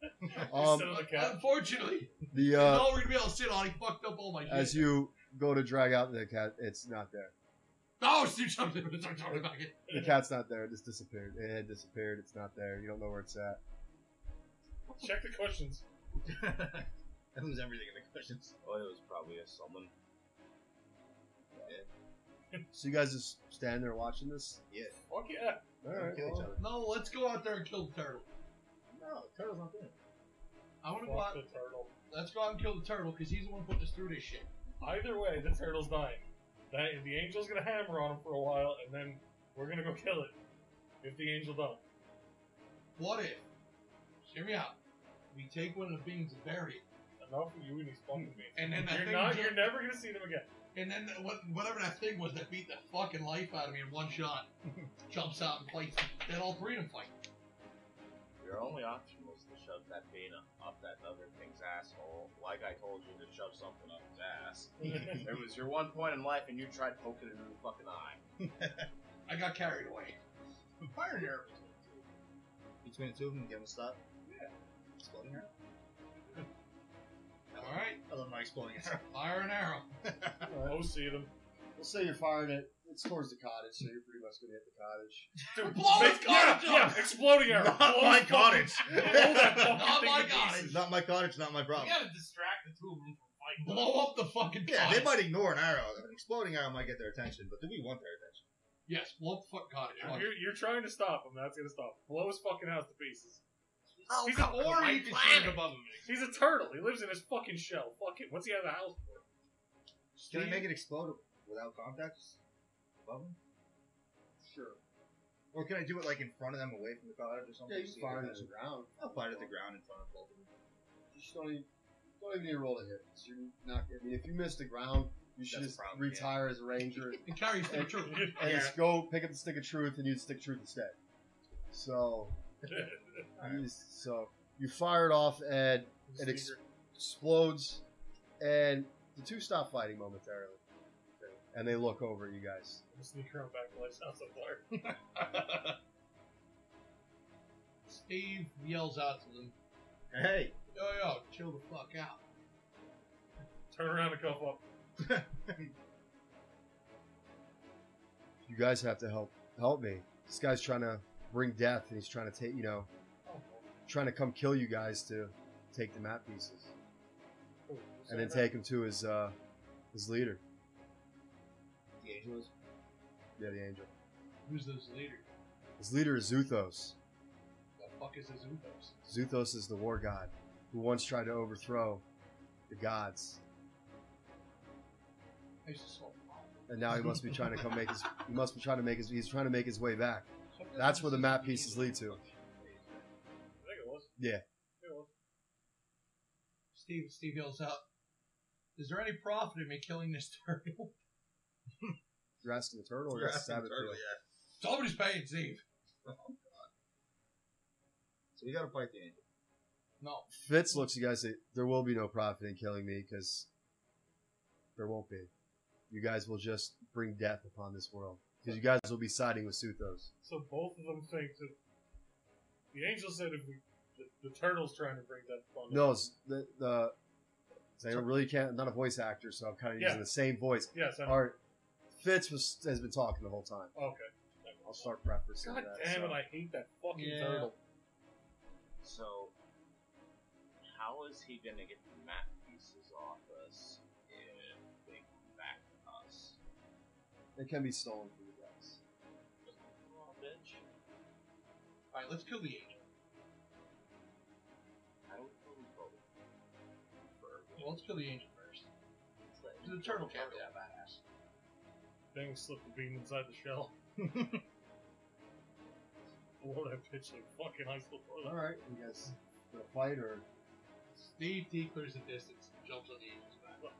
um,
Instead of the cat.
Unfortunately,
the
uh,
uh,
all we're gonna be able to sit on, he fucked up all my shit.
as you go to drag out the cat, it's not there.
oh, Steve jumps in and starts running back in.
The cat's not there. It just disappeared. It had disappeared. It's not there. You don't know where it's at.
Check the questions.
I lose everything in the questions.
Well, Oh, it was probably a summon.
So you guys just stand there watching this.
Fuck yeah.
All
Don't
right.
kill each
well,
other.
No, let's go out there and kill the turtle.
No, the turtle's not there.
I want to go
Fuck
out.
the turtle.
Let's go out and kill the turtle because he's the one putting us through this shit.
Either way, the turtle's dying. That, the angel's gonna hammer on him for a while, and then we're gonna go kill it. If the angel don't.
What if? Hear me out. We take one of the beans and bury it,
Enough of you and these fucking me.
and then that
You're
thing,
not.
ju-
You're never gonna see them again.
and then that, what, whatever that thing was that beat the fucking life out of me in one shot,
(laughs)
jumps out and fights. Then all three of them fight.
Your only option was to shove that vein up, up that other thing's asshole. Like I told you to shove something up his ass. it was your one point in life, and you tried poking it in the fucking eye.
I got carried away.
Pioneer. Between the two of them, give them a stop. Yeah. Exploding arrow.
All
(laughs)
right,
I love my exploding arrow.
fire an arrow.
Oh, see them.
we'll say you're firing it. It's towards the cottage, so you're pretty much gonna hit the cottage.
Dude,
Blow
make-
his cottage
yeah,
up!
yeah, exploding arrow.
Not
Blow
my
his fucking-
cottage.
Blow that fucking
(laughs) Not
thing
my
to pieces.
cottage.
not my cottage, not my
We
problem.
gotta distract the two of them from fighting.
Blow up the fucking.
Yeah,
cottage.
they might ignore an arrow. An exploding arrow might get their attention, but do we want their attention?
Yes, blow up the fucking cottage. Fuck.
You're, you're trying to stop him. That's gonna stop. Him. Blow his fucking house to pieces.
Oh,
He's a
or you can shoot it above them.
He's a turtle. He lives in his fucking shell. Fuck it. What's he out of the house for?
Can I make it explode without contact above them?
Sure.
Or can I do it like in front of them, away from the cottage or something?
Yeah, you
See
can
if
fire it at
it does-
the ground.
I'll fire it at the ground in front of both of them.
You just don't even, don't even need to roll to hit. 'cause You're not. I mean, if you miss the ground, you should just
That's a problem,
retire as a
(laughs)
ranger and,
And carries the truth.
and just go pick up the stick of truth and use the stick of truth instead.
(laughs)
So, you just- so you fire it off and it ex- explodes, and the two stop fighting momentarily, and they look over at you guys.
I'm sneaking around back to life's house up there.
Steve yells out to them,
Hey!
"Yo, yo, chill the fuck out."
Turn around and cuff up.
You guys have to help help me. This guy's trying to bring death, and he's trying to take you know,
Oh,
trying to come kill you guys to take the map pieces.
Oh,
and then take him to his uh, his leader.
The angel is.
Yeah, the angel.
Who's this leader?
His leader is Zuthos.
The fuck is his ethos?
Zuthos is the war god who once tried to overthrow the gods,
I used to smoke pot.
and now he must be trying to come make his. He must be trying to make his. He's trying to make his way back. That's where the map pieces lead to.
I think it was.
Yeah.
It was.
Steve Steve yells out, "Is there any profit in me killing this turtle?" (laughs)
You're asking the turtle. Or
You're
you're
asking the
asking
turtle, yeah.
Somebody's paying Steve.
So we gotta fight the angel.
No,
Fitz looks at you guys. and say, There will be no profit in killing me because there won't be. You guys will just bring death upon this world because you guys will be siding with Zuthos.
So both of them think that the angel said if we, the, the turtle's trying to bring that fun.
No, it's the the. I really can't. I'm not a voice actor, so I'm kind of
Yeah.
using the same voice.
Yes. I know.
Art Fitz was has been talking the whole time.
Okay.
I'll start preferencing
God
that.
damn
so.
it, I hate that fucking
Yeah.
turtle.
So, how is he gonna get the map pieces off us if they come back to us?
It can be stolen from you guys.
Oh, bitch.
All right, let's kill the angel.
I don't know we vote for
Well, let's kill the angel first. The turtle can't be that badass.
Thing slipped the beam inside the
(laughs)
shell. Blow that bitch like fucking ice
All right, you guys gonna fight or?
Steve T clears the distance and jumps on the angel's back.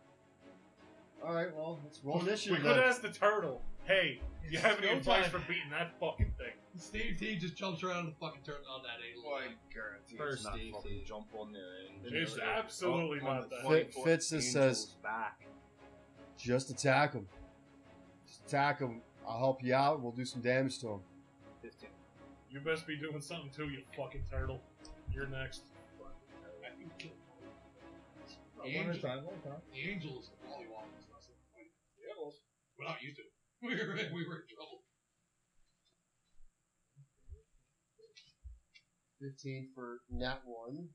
All right, well let's roll
We
initiative.
could
then.
ask the turtle, hey, you have any
Go
advice
time.
for beating that fucking thing?
Steve T just jumps around the fucking turtle on that angle.
Like, guarantee
First,
not
Steve,
fucking
Steve.
jump on there and
It's absolutely
on
not
the
that.
fucking
Fit- Fitz just says-
angel's back.
Just attack him. Just attack him. I'll help you out. We'll do some damage to him.
Fifteen.
You best be doing something too, you fucking turtle. You're next.
I think he killed Molly. The
Oh, One at a
angel,
time, one at a time.
the angel is the Molly Waffles. We're not used to it. (laughs) We were, we were in trouble.
15 for nat 1.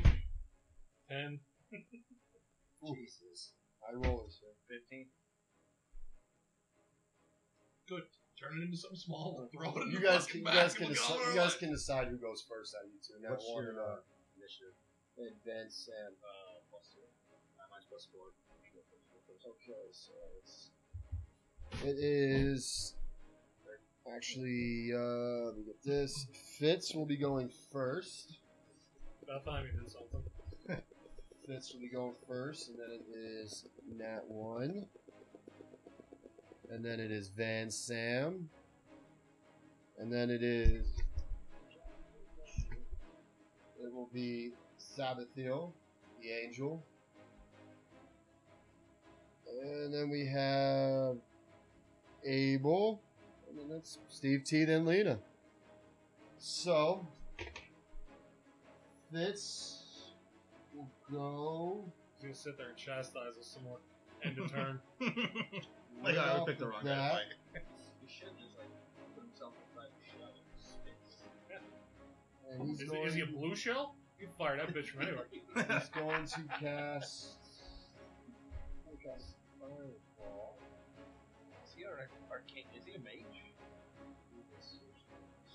12.
And
Jesus. I roll this here.
Good. Turn it into something small. We'll throw it in
You
the
guys,
fucking
can, you,
back
guys
and
can
we'll go
decide,
all
you
the
guys
way.
can decide who goes first out of you two. Nat
What's
1
your,
and, uh,
uh,
initiative? Advance and
Uh, plus two. Uh, mine's plus four.
Okay, so it's. It is. Actually, uh, let me get this. Fitz will be going first.
about time you did something.
Fitz will be going first, and then it is Nat 1. And then it is Van Sam. And then it is. It will be Sabathiel, the angel. And then we have Abel. And then that's Steve T, then Lena. So, Fitz will go.
He's gonna sit there and chastise us some more. End of turn.
Like, I
right
picked the
off
wrong
the bat.
guy.
He should just like put himself inside the shell and spit.
(laughs) And he's
Is,
going,
is he a blue shell? You can fire that bitch
(laughs)
from anywhere.
he's going to cast. Okay. Fireball.
Is he an arcane? Is he a mage?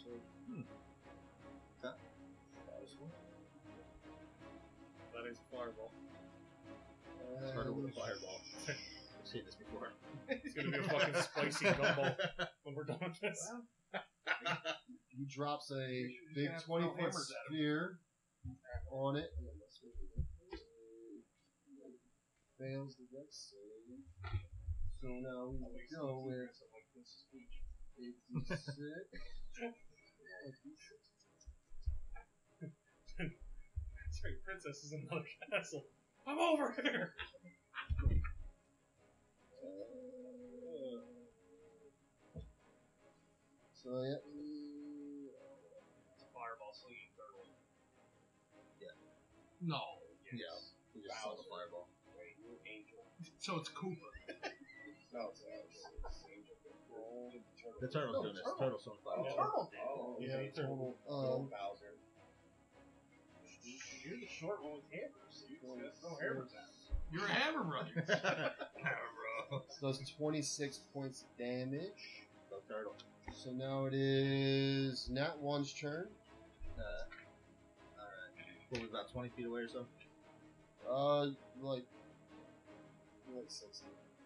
So,
Hmm.
That is a fireball.
Turtle with a
and
fireball. I've seen this before.
It's gonna be a (laughs) fucking
(laughs)
spicy gumball when we're done with this.
he drops a
should
big
have
20
throw
foot
hammers at
sphere on it. Fails the deck save. So now we go with eight d six.
Sorry, princess is in another (laughs) castle. I'm over here!
So yeah.
No.
Yeah. He just saw the fireball.
So it's Cooper.
No, it's
The turtle's
No,
doing this.
turtle.
Turtle's doing fireball.
turtle.
Oh,
Yeah,
okay.
Total.
Go
Um,
Bowser. You're the short one with hammers. You just got no hammers out.
You're a
(laughs)
hammer brother.
so that's 26 points of damage.
Go turtle.
So now it is Nat 1's turn.
Uh, alright. What, we're about 20 feet away or so?
Uh, like, like 60.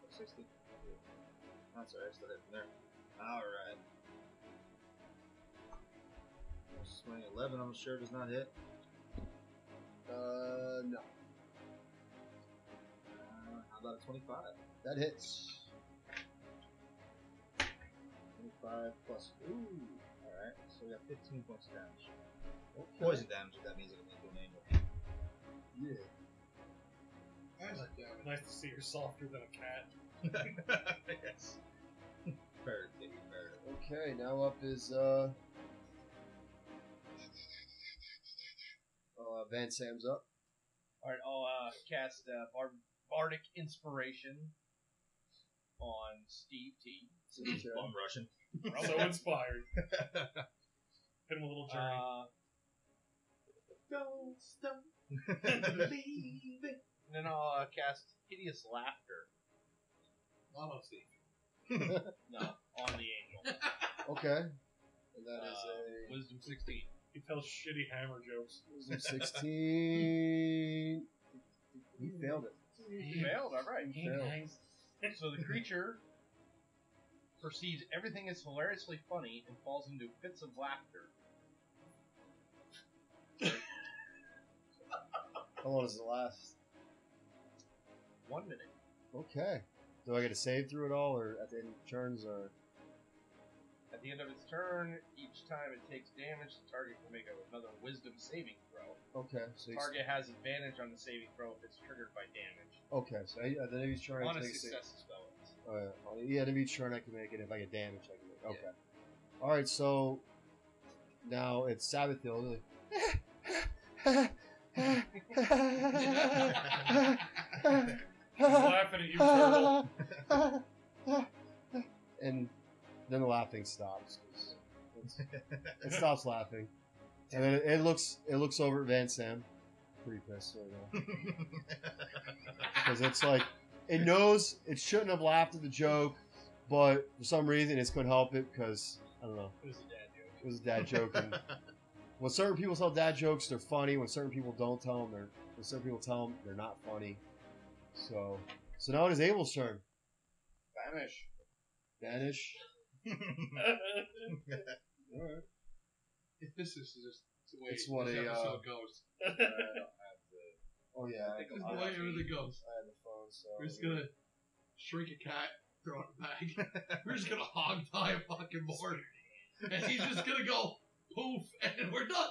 60. That's alright, I still hit from there. Alright. Swing 11, I'm sure does not hit.
Uh, no.
Uh, how about a 25?
That hits.
25 plus. Ooh! Alright, so we got 15 points of damage. Poison damage, if that means it'll make you an angel.
Yeah.
Nice to see you're softer than a cat.
(laughs)
(laughs) yes. Bird, baby, bird.
Okay, now up is, uh. Uh, Van Sam's up.
Alright, I'll uh, cast uh, Barb
bardic inspiration on Steve T.
I'm Russian.
so
(laughs)
inspired. Hit him a little journey.
Uh, don't
(laughs)
stop believing. And then I'll uh, cast Hideous Laughter. Not on
(laughs)
Steve. no, on the angel.
Okay. And that
Uh,
is
Wisdom 16.
he tells shitty hammer jokes.
Uh,
(laughs) a wisdom 16. He failed it.
He failed, alright.
He failed.
So the creature perceives everything as hilariously funny and falls into fits of laughter.
How long does it last?
One minute.
Okay. Do I get a save through it all, or at the end of the turns, or
At the end of its turn, each time it takes damage, the target can make another wisdom saving throw.
okay? So he's,
Target has advantage on the saving throw if it's triggered by damage.
okay. So he, uh, the enemy's turn. I
On a
can make a save.
success spell.
Uh, on the yeah, enemy's turn, I can make it. If I get damage, I can make. it. Okay. All right. So now it's Sabathiel.
He's (laughs)
(laughs)
laughing at you, turtle. (laughs)
and then the laughing stops. 'cause it's- it stops laughing, and then it, it looks it looks over at Van Sam, pretty pissed right now, because it's like it knows it shouldn't have laughed at the joke, but for some reason it couldn't help it because I don't know.
It was a dad joke.
It was a dad joke. And
(laughs)
when certain people tell dad jokes, they're funny. When certain people don't tell them, they're when certain people tell them, they're not funny. So, so now it is Abel's turn.
Vanish.
Banish.
If this is just the way
It's what
this
a, uh,
episode goes.
I don't have the.
Oh yeah, I,
This is the way it really goes.
I had the phone. So
We're
(laughs)
just gonna shrink a cat, throw it back. we're just gonna hog tie a fucking board. And he's just gonna go poof and we're done.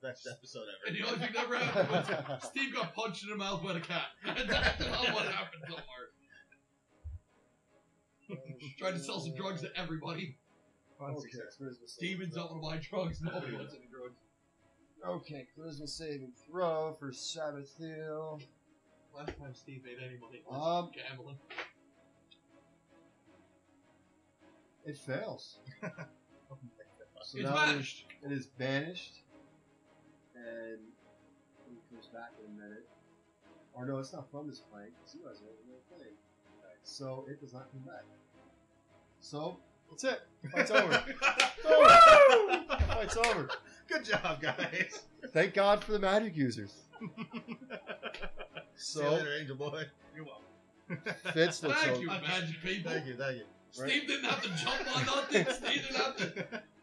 Best episode
And
ever.
the only thing that ever happened was Steve got punched in the mouth by a cat. And that's not what happened to her. Tried to sell some drugs to everybody.
Okay, charisma
Steven's not one of my drugs. Nobody wants any drugs.
Okay, charisma saving throw for Sabathiel.
Last time Steve made any money was
Um,
gambling.
it fails. so
it's
now it is-
vanished.
It is banished, and it comes back in a minute. Or no, it's not from this plane. Because you guys are on another plane, so it does not come back. So that's it. Fight's
(laughs)
over. Fight's over.
Good job, guys.
Thank God for the magic
(laughs)
users.
See you
so
later, Angel Boy. You're welcome.
Fitz looks
Thank
over.
you, magic people.
Thank you, thank you.
Steve didn't have to jump on nothing. Steve didn't have to.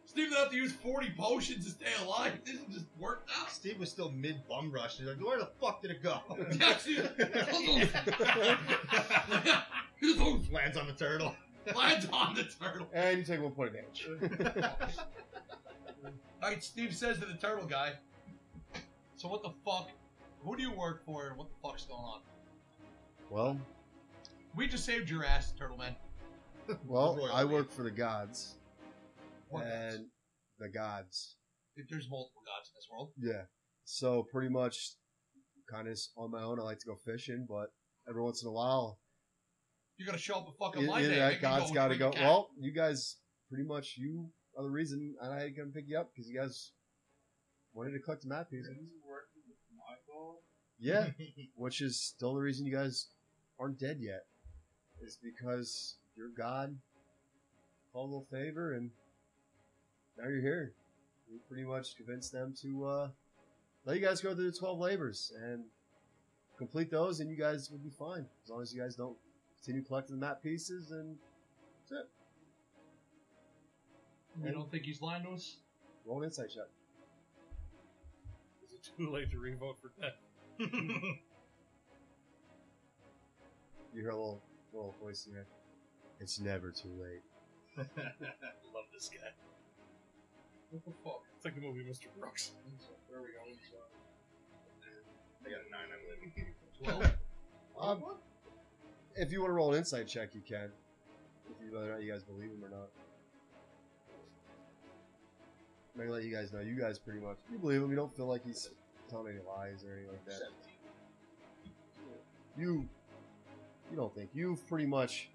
Steve didn't have to use forty potions to stay alive. This just worked out.
Steve was still mid bum rush. He's like, where the fuck did it go? (laughs)
Yeah, see, his own
Lands on the turtle.
lands on the turtle.
And you take one point of damage.
All right, Steve says to the turtle guy. So what the fuck? Who do you work for? And what the fuck's going on?
Well,
We just saved your ass, turtle man.
well,
Royal
I
we.
work for the gods
What?
and the gods.
There's multiple gods in this world.
Yeah. So pretty much, kind of on my own. I like to go fishing, but every once in a while,
You're gonna show up and fuck up
e-
my
either
day.
that
That
god's got to go.
drink a cat.
Well, you guys, pretty much, you are the reason I ain't gonna pick you up because you guys wanted to collect the map pieces. Yeah, which is still the reason you guys aren't dead yet. Is because your God called a little favor and now you're here. You pretty much convinced them to uh, let you guys go through the 12 labors and complete those, and you guys will be fine as long as you guys don't continue collecting the map pieces. And
You don't think he's lying to us?
roll an insight check.
Is it too late to revote for that?
You hear a little, little voice in your head. It's never too late.
Love this guy.
What the fuck?
It's like the movie Mr. Brooks.
Where are we going? So,
I got a nine. I'm living.
(laughs)
Well,
Um, if you want to roll an insight check, you can. If you, whether or not you guys believe him or not. I'm gonna let you guys know. You guys pretty much you believe him. You don't feel like he's telling any lies or anything like that. you you don't think you've pretty much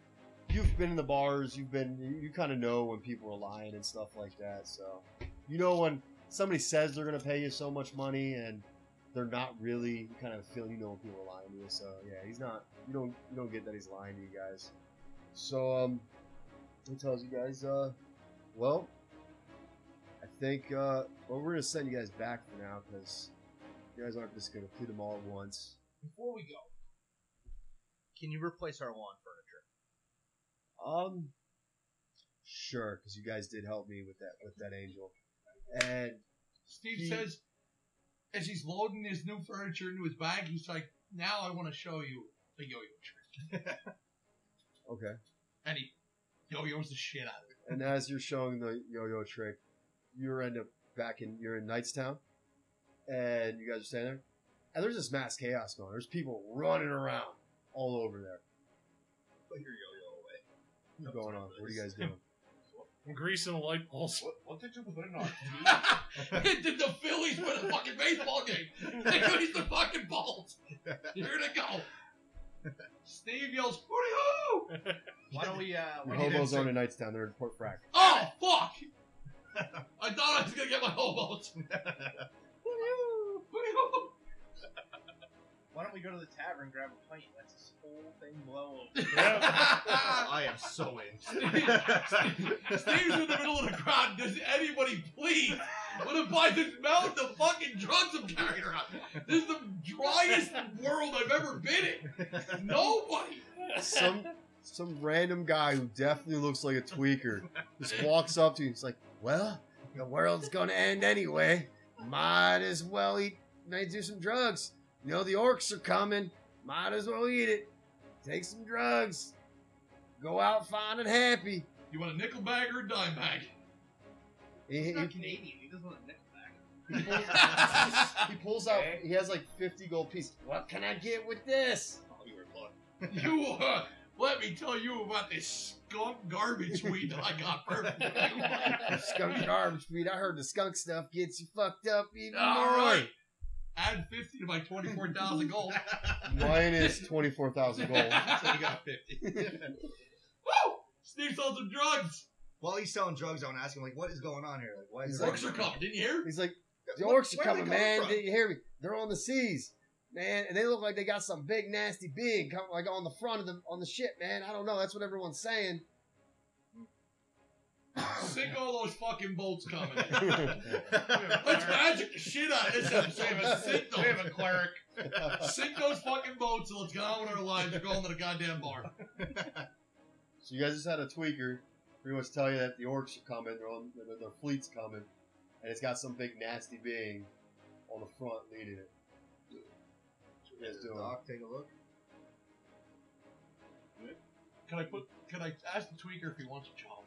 you've been in the bars. You've been you, you kind of know when people are lying and stuff like that. So you know when somebody says they're gonna pay you so much money and they're not really. You kind of feel you know when people are lying to you. So yeah, he's not. You don't you don't get that he's lying to you guys. So um, he tells you guys uh, well. I think uh, well, we're gonna send you guys back for now because you guys aren't just gonna do them all at once.
Before we go,
Can you replace our lawn furniture?
Um, sure, because you guys did help me with that with that angel, and
Steve
He-
says, as he's loading his new furniture into his bag, he's like, "Now I want to show you the yo-yo trick."
okay.
And he yo-yos the shit out of it.
And as you're showing the yo-yo trick, you end up back in you're in Knightstown, and you guys are standing there, and there's this mass chaos going. There's people running around all over there.
Put your
What's
yo-yo away.
going on? What are you guys
(laughs)
doing?
I'm greasing the light poles.
What, what did you put in our
it did the Phillies for the fucking baseball game. They used the fucking balls. Here they go. Steve yells, "Hooty hoo!"
Why don't we?
(laughs)
Uh,
Your
why don't you-
hobos are in Knightstown. They're in Port Frack.
Oh fuck! I thought I was gonna get my hobos. Hooty hoo! Hooty hoo!
why don't we go to the tavern, grab a pint, let this whole thing blow over?
I am so in.
Steve's in the middle of the crowd. Does anybody please? What if I just mount the fucking drugs I'm carrying around? This is the driest world I've ever been in. Nobody.
Some some random guy who definitely looks like a tweaker just walks up to you. He's like, "Well, the world's gonna end anyway. Might as well eat. Might do some drugs. You know the orcs are coming. Might as well eat it. Take some drugs. Go out fine and happy."
You want a nickel bag or a dime bag? (laughs)
He,
He's
he,
not Canadian. He doesn't want a nickel back.
he pulls out. He has like fifty gold pieces. What can I get with this?
You uh, let me tell you about this skunk garbage weed that I got for
(laughs)
Skunk garbage feed. I heard the skunk stuff gets you fucked up even
All
more.
right. Add fifty to my twenty-four
(laughs)
thousand gold.
Minus twenty four thousand
(laughs)
gold.
so you got fifty.
Woo! Steve sold some drugs.
While he's selling drugs, I want to ask him like, what is going on here? Like, why is
He's
there-
Orcs are coming. Didn't you hear?
He's like, the
Where-
orcs are
where they
coming, man.
from?
Did you hear me? They're on the seas, man, and they look like they got some big nasty big come, like on the front of the on the ship, man. I don't know. That's what everyone's (laughs) saying.
Sick all those fucking bolts coming in. Let's magic the shit out of this episode.
We
We
have a (laughs)
sick
We have
those,
a cleric.
(laughs) sick those fucking bolts and let's get on with our lives. We're going to the goddamn bar.
So you guys just had a tweaker pretty much tell you that the orcs are coming, they're on, their, their fleet's coming, and it's got some big nasty being on the front leading it. What you guys doing?
Doc, take a look.
Can I put? Can I ask the tweaker if he wants a job?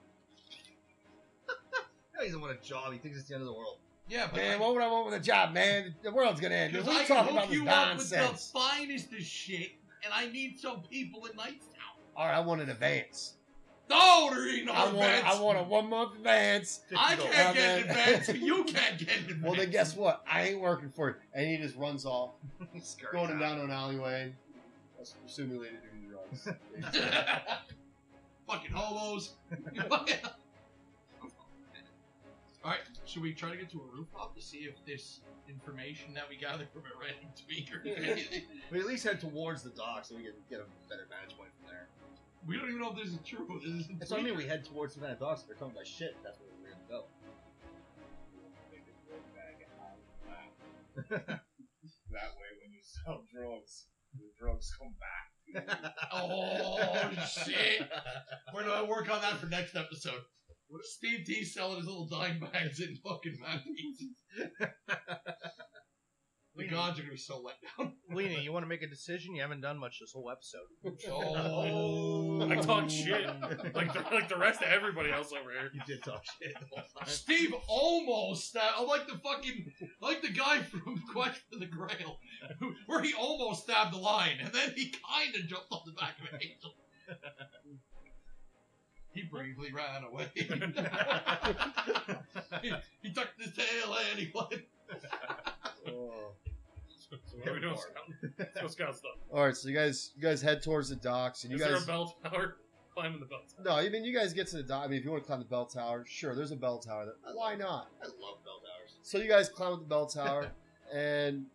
No, he doesn't want a job. He thinks it's the end of the world.
Yeah, but
Man, what would I want with a job, man? The world's gonna end.
because
What are
I
you
can
talking
hook
about this
you up with the
nonsense?
finest of shit, and I need some people at Knightstown.
All right, I want an advance.
No, there ain't no
I want,
advance.
I want a one month advance.
I can't get an
Oh, man.
advance. You can't get an advance.
Well, then guess what? I ain't working for you. And he just runs off, going down an alleyway, presumably to do drugs.
(laughs) Fucking (laughs) hobos. Alright, should we try to get to a rooftop to see if this information that we gathered from a random
(laughs)
tweaker?
We at least head towards the dock so we can get a better vantage point from there.
we don't even know if this is true. This is a
That's what
tweaker.
I mean. We head towards the Van docks. If they're coming by ship, that's where we're gonna go.
That way, when you sell drugs, the drugs come back.
Oh, shit. We're going to work on that for next episode. Steve D selling his little dime bags in fucking map pieces. the gods are going to be so let
Lena, you want to make a decision? You haven't done much this whole episode.
(laughs) Oh.
(laughs) I talk shit like the, like the rest of everybody else over here.
You did talk shit.
Steve almost stabbed. I'm like the fucking, like the guy from (laughs) Quest for the Grail, (laughs) who- where he almost stabbed the lion, and then he kind of jumped off the back of an angel. He bravely ran away. (laughs) he, he tucked his tail and he went.
Oh.
So what are we doing? Scout? Let's go scout stuff.
All right, so you guys, you guys head towards the docks, and you
Is there
guys.
a bell tower? Climbing the bell tower.
No, I mean you guys get to the dock. I mean, if you want to climb the bell tower, sure. There's a bell tower there. Why not?
I love bell towers.
So you guys climb up the bell tower, and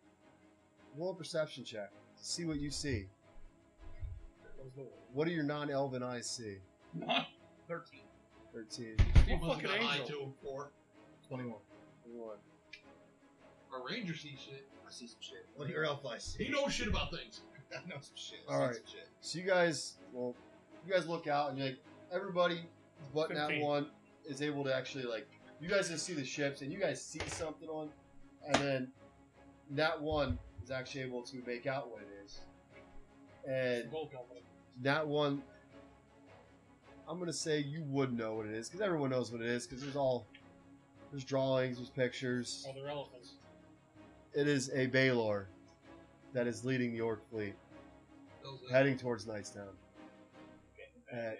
roll a perception check. See what you see. What do your non-elven eyes see?
Thirteen.
Thirteen.
Steve
What
must have
fucking
got high
angel?
to him for.
Twenty-one.
Our ranger sees shit.
I see some shit. What do your elf eyes see?
He knows shit about things.
(laughs) I know some shit.
All
I see
right.
Some shit.
So you guys, well, you guys look out and you're like everybody but that
Fifteen.
one is able to actually like. You guys just see the ships and you guys see something on, and then that one is actually able to make out what it is, and
Gold company.
that one. I'm gonna say you would know what it is because everyone knows what it is because there's all there's drawings, there's pictures.
Are there
(laughs)
elephants?
It is a Baylor that is leading the Orc fleet heading towards Knightstown. Uh,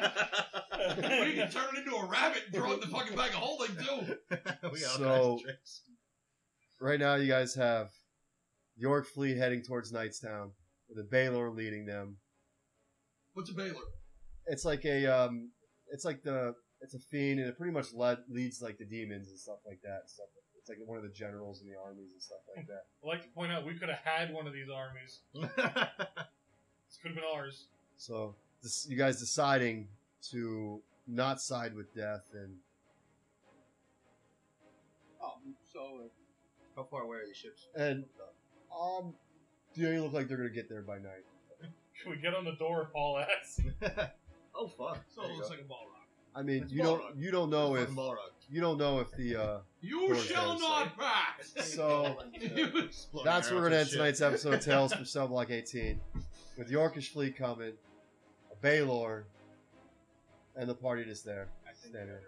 We can turn it into a rabbit and throw it in the fucking bag of holding too.
(laughs) we got all
So-
kinds of tricks.
right now you guys have the Orc fleet heading towards Knightstown with a Baylor leading them.
What's a Baylor?
It's like a um, it's like the it's a fiend and it pretty much led, leads like the demons and stuff like that. Stuff it's like one of the generals in the armies and stuff like that.
I'd like to point out we could have had one of these armies. This could have been ours.
So this, you guys deciding to not side with death and
so, uh, how far away are these ships?
and um, they look like they're gonna get there by night.
Can we get on the door and haul ass?
Oh fuck!
So it looks like a ball rock.
I mean,
It's
you don't
Balrog.
you don't know if
Fucking Balrog.
you don't know if the uh,
You
Door's
shall
down,
not pass. (laughs)
so.
You-
That's where we're gonna end
(laughs) Exploding
tonight's episode of Tales from Cell Block 18. With the Yorkish fleet coming, a Baylor, and the party that's there. Standing there.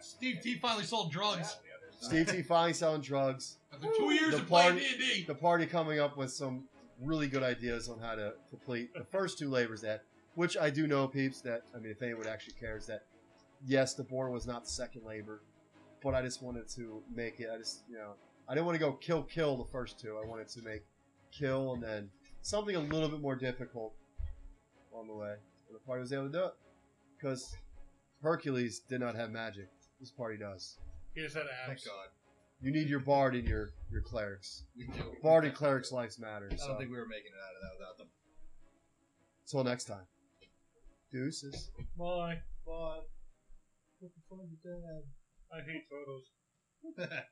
Steve T finally sold drugs
Steve T finally selling drugs.
after two years
The
of playing
party-
D&D.
The party coming up with some really good ideas on how to complete the first two labors that which I do know, peeps, that I mean if anyone actually cares that yes, the born was not the second labor, but I just wanted to make it I just you know I didn't want to go kill kill the first two. I wanted to make kill and then something a little bit more difficult on the way. And the party was able to do it. Because Hercules did not have magic. This party does.
He just had
shit. Thank
abs.
God.
You need your bard and your, your clerics.
We do.
Bard and clerics' lives matter.
I
So.
don't think we were making it out of that without them.
Until next time. Deuces.
Bye. Bye. I hate photos.